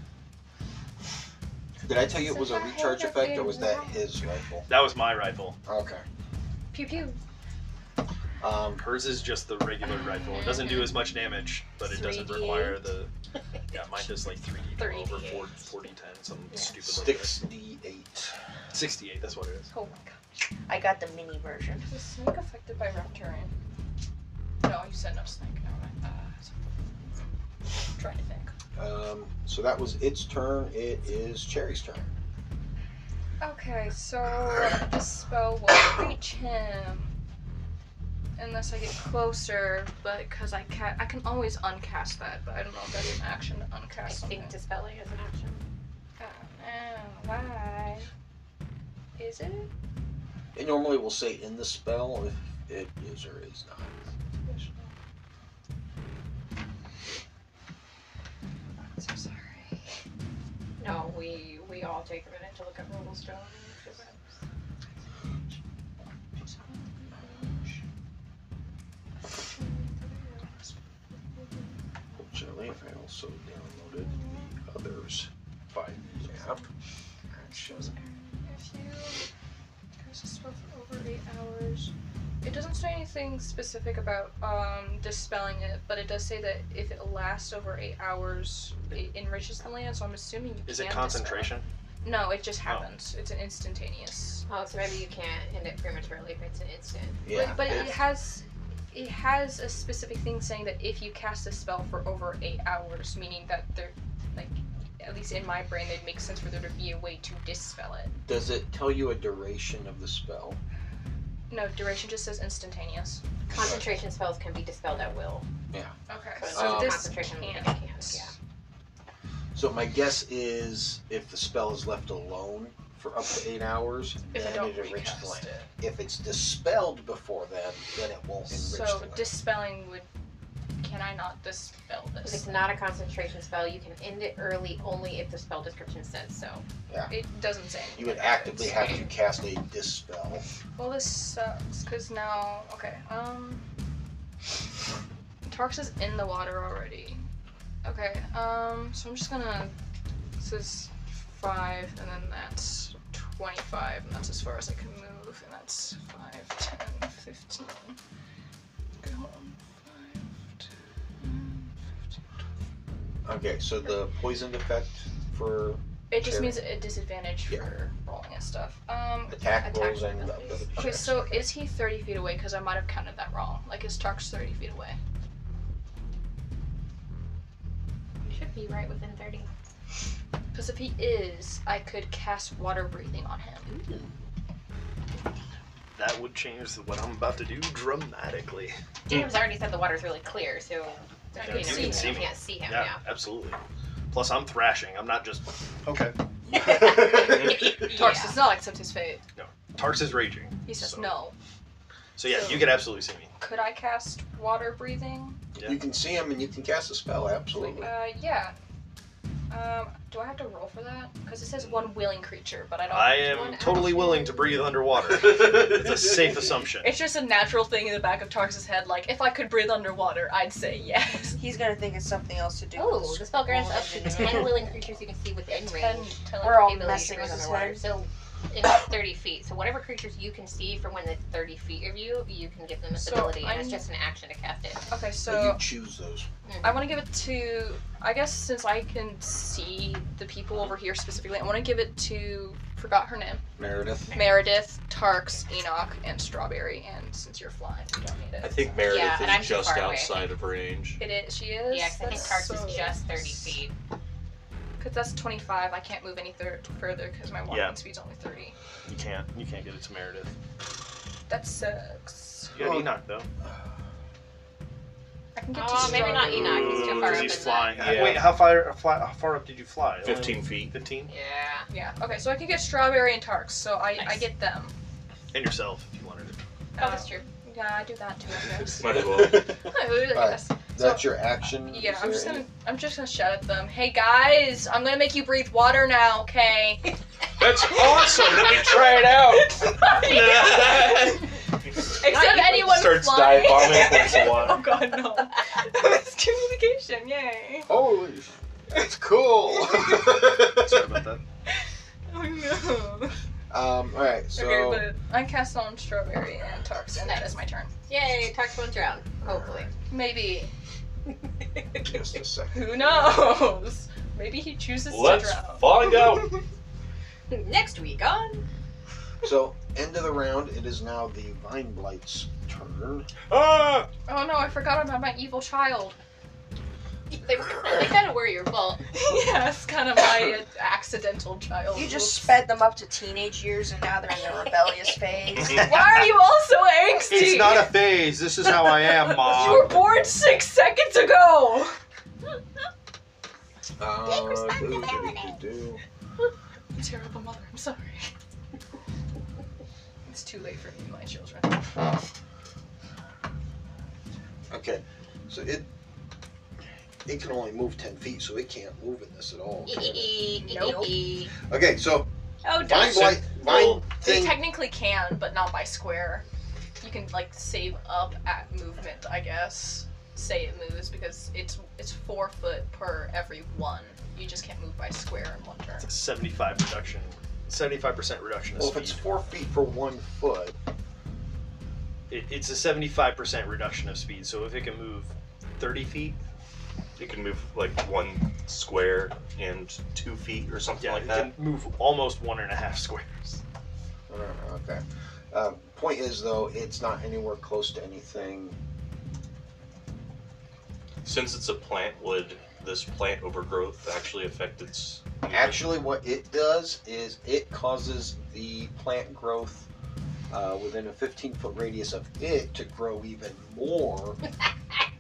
Did I tell you it was a recharge effect, or was that his rifle? that was my rifle. Okay. Pew pew. Um, Hers is just the regular rifle. It doesn't do as much damage, but it doesn't 3D8. require the. Yeah, mine does like 3D 12 or 4, 3D8. 4D 10, something Yeah. stupid six D eight. like that. 68, that's what it is. Oh my god. I got the mini version. Is snake affected by rough terrain? No, you said no snake. Never mind. Uh, so- trying to think. Um, so that was its turn. It is Cherry's turn. Okay, so this spell will reach him unless I get closer, but because I can, I can always uncast that, but I don't know if that's an action to uncast I something. think dispelling is an option. I don't know why. Is it? It normally will say in the spell if it is or is not. I'm so sorry. No, we we all take a minute to look at rules, don't we? Fortunately, I also downloaded the others by the app. Shows if you cast a spell for over eight hours. It doesn't say anything specific about um, dispelling it, but it does say that if it lasts over eight hours, it enriches the land. So I'm assuming you Is can it dispel concentration? No, it Oh. just happens. It's an instantaneous. Oh, so maybe you can't end it prematurely if it's an instant. Yeah. But, but it has it has a specific thing saying that if you cast a spell for over eight hours, meaning that there, like at least in my brain, it makes sense for there to be a way to dispel it. Does it tell you a duration of the spell? No, duration just says instantaneous. Concentration spells can be dispelled at will. Okay, So, so Um, this concentration can't. can yeah. So my guess is if the spell is left alone for up to eight hours, If I then don't it enriches the recast land. If it's dispelled before then, then it won't enrich the So land. dispelling would. Can I not dispel If this? it's not a concentration spell, you can end it early only if the spell description says so. It doesn't say. anything you would about it. actively have to cast a dispel. Well, this sucks because now, okay, um, Tarx is in the water already. Okay, um, so I'm just gonna. This is five, and then that's twenty-five, and that's as far as I can move, and that's five, ten, fifteen. Go on. five, 10, 15. Okay, so the poisoned effect for It just Sure. means a disadvantage Yeah. for rolling and stuff. Um, attack Attack rolls and abilities. ability Okay, checks. so is he 30 feet away? Because I might have counted that wrong. Like, is Tark's 30 feet away? Should be right within 30. Mm. Because if he is, I could cast water breathing on him. That would change what I'm about to do dramatically. James already said the water's really clear, so I you, can know, see you him. can't see him. Yeah, Yeah. absolutely. Plus, I'm thrashing. I'm not just. Okay. Tarks does not accept his fate. Tarks is raging. He says So- no. So yeah, So- you can absolutely see me. Could I cast water breathing? Yeah. You can see him and you can cast a spell, absolutely. Uh, yeah. Um, do I have to roll for that? Because it says one willing creature, but I don't. I am One Totally action. willing to breathe underwater. it's a safe assumption. It's just a natural thing in the back of Tarx's head. Like, if I could breathe underwater, I'd say yes. He's gonna think it's something else to do. with Oh, the spell grants up to scroll. 10 willing creatures you can see within Ten, range. ten We're all ability to messing breathe with his underwater. head. So it's 30 feet. So whatever creatures you can see from when they're 30 feet of you, you can give them this So ability, and I'm- it's just an action to cast it. Okay, So you so choose those. I want to give it to. I guess since I can see the people over here specifically, I want to give it to. Forgot her name. Meredith. Meredith, Tarx, Enoch, and Strawberry. And since you're flying, you don't need it. I think Meredith Yeah, and I'm is too just far away, I outside of range. It is. She is. Yeah, 'cause I think That's Tarx so- is just 30 feet. Because that's 25. I can't move any thir- further because my walking Yeah. speed's only 30. You can't. You can't get it to Meredith. That sucks. You got Enoch though. I can get Oh, to maybe not Strawberry. Enoch. He's too Ooh, far 'cause up he's in flying. Yeah. Wait, how far? Fly, how far up did you fly? Only Fifteen feet. Fifteen. Yeah. Yeah. Okay, so I can get Strawberry and Tarx. So I, I e- Nice. get them. And yourself, if you wanted to. Oh, that's true. Yeah, I do that too. I guess. Might as well. I really Alright. guess. That's your action. uh, Yeah, Is I'm there just any- gonna I'm just gonna shout at them. Hey guys, I'm gonna make you breathe water now, okay? That's awesome. Let me try it out. Except anyone Starts flying. dive bombing across the water. oh god, no. That's communication. Yay. Holy, sh- it's cool. Sorry about that. Oh no. um, all right, so okay, but I'm casting on strawberry and Tarx, and that is my turn. Yay, Tarx won't drown. Hopefully. Maybe. just a second. Who knows? Maybe he chooses Let's to drown. find out. Next week on. So end of the round. It is now the vine blight's turn. Ah! Oh no, I forgot about my evil child. They, they kind of were your fault. yes, kind of my uh, accidental child. You Oops. just sped them up to teenage years, and now they're in their rebellious phase. Why are you all so angsty? It's not a phase. This is how I am, You Mom. were born six seconds ago. Uh, do, do, do, do. Terrible mother. I'm sorry. It's too late for me, my children. Okay, so it it can only move ten feet, so it can't move in this at all. can it? Nope. Nope. Okay, so Oh, vine blight, vine They thing. technically can, but not by square. You can like save up at movement, I guess. Say it moves because it's it's four foot per every one. You just can't move by square in one turn. It's a seventy-five reduction. Seventy-five percent reduction of Well, if speed. it's four feet for one foot, It, it's a seventy-five percent reduction of speed. So if it can move thirty feet, You can move like one square and two feet or something yeah, like it that. can move almost one and a half squares. Uh, Okay. Uh, point is though, it's not anywhere close to anything. Since it's a plant, would this plant overgrowth actually affect its Actually, what it does is it causes the plant growth uh, within a 15 foot radius of it to grow even more,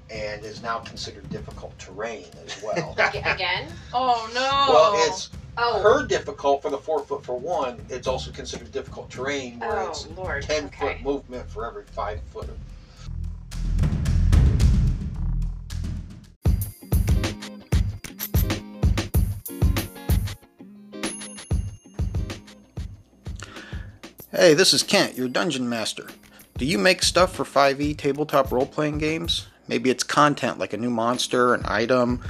and is now considered difficult terrain as well. Again? Oh no! well, it's Oh. her difficult for the four foot for one. It's also considered difficult terrain where Oh, it's Lord. 10 okay. foot movement for every five foot. Hey, this is Kent, your dungeon master. Do you make stuff for 5e tabletop role playing games? Maybe it's content like a new monster, an item,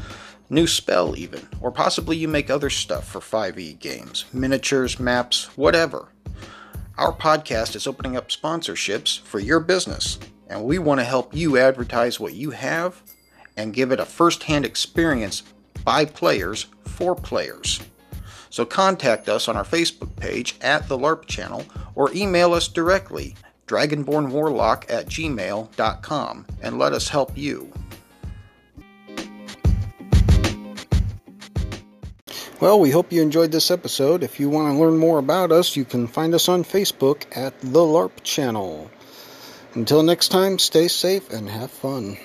new spell, even. Or possibly you make other stuff for 5e games miniatures, maps, whatever. Our podcast is opening up sponsorships for your business, and we want to help you advertise what you have and give it a first hand experience by players for players. So contact us on our Facebook page at the LARP channel or email us directly, dragonbornwarlock at gmail.com, and let us help you. Well, we hope you enjoyed this episode. If you want to learn more about us, you can find us on Facebook at the LARP channel. Until next time, stay safe and have fun.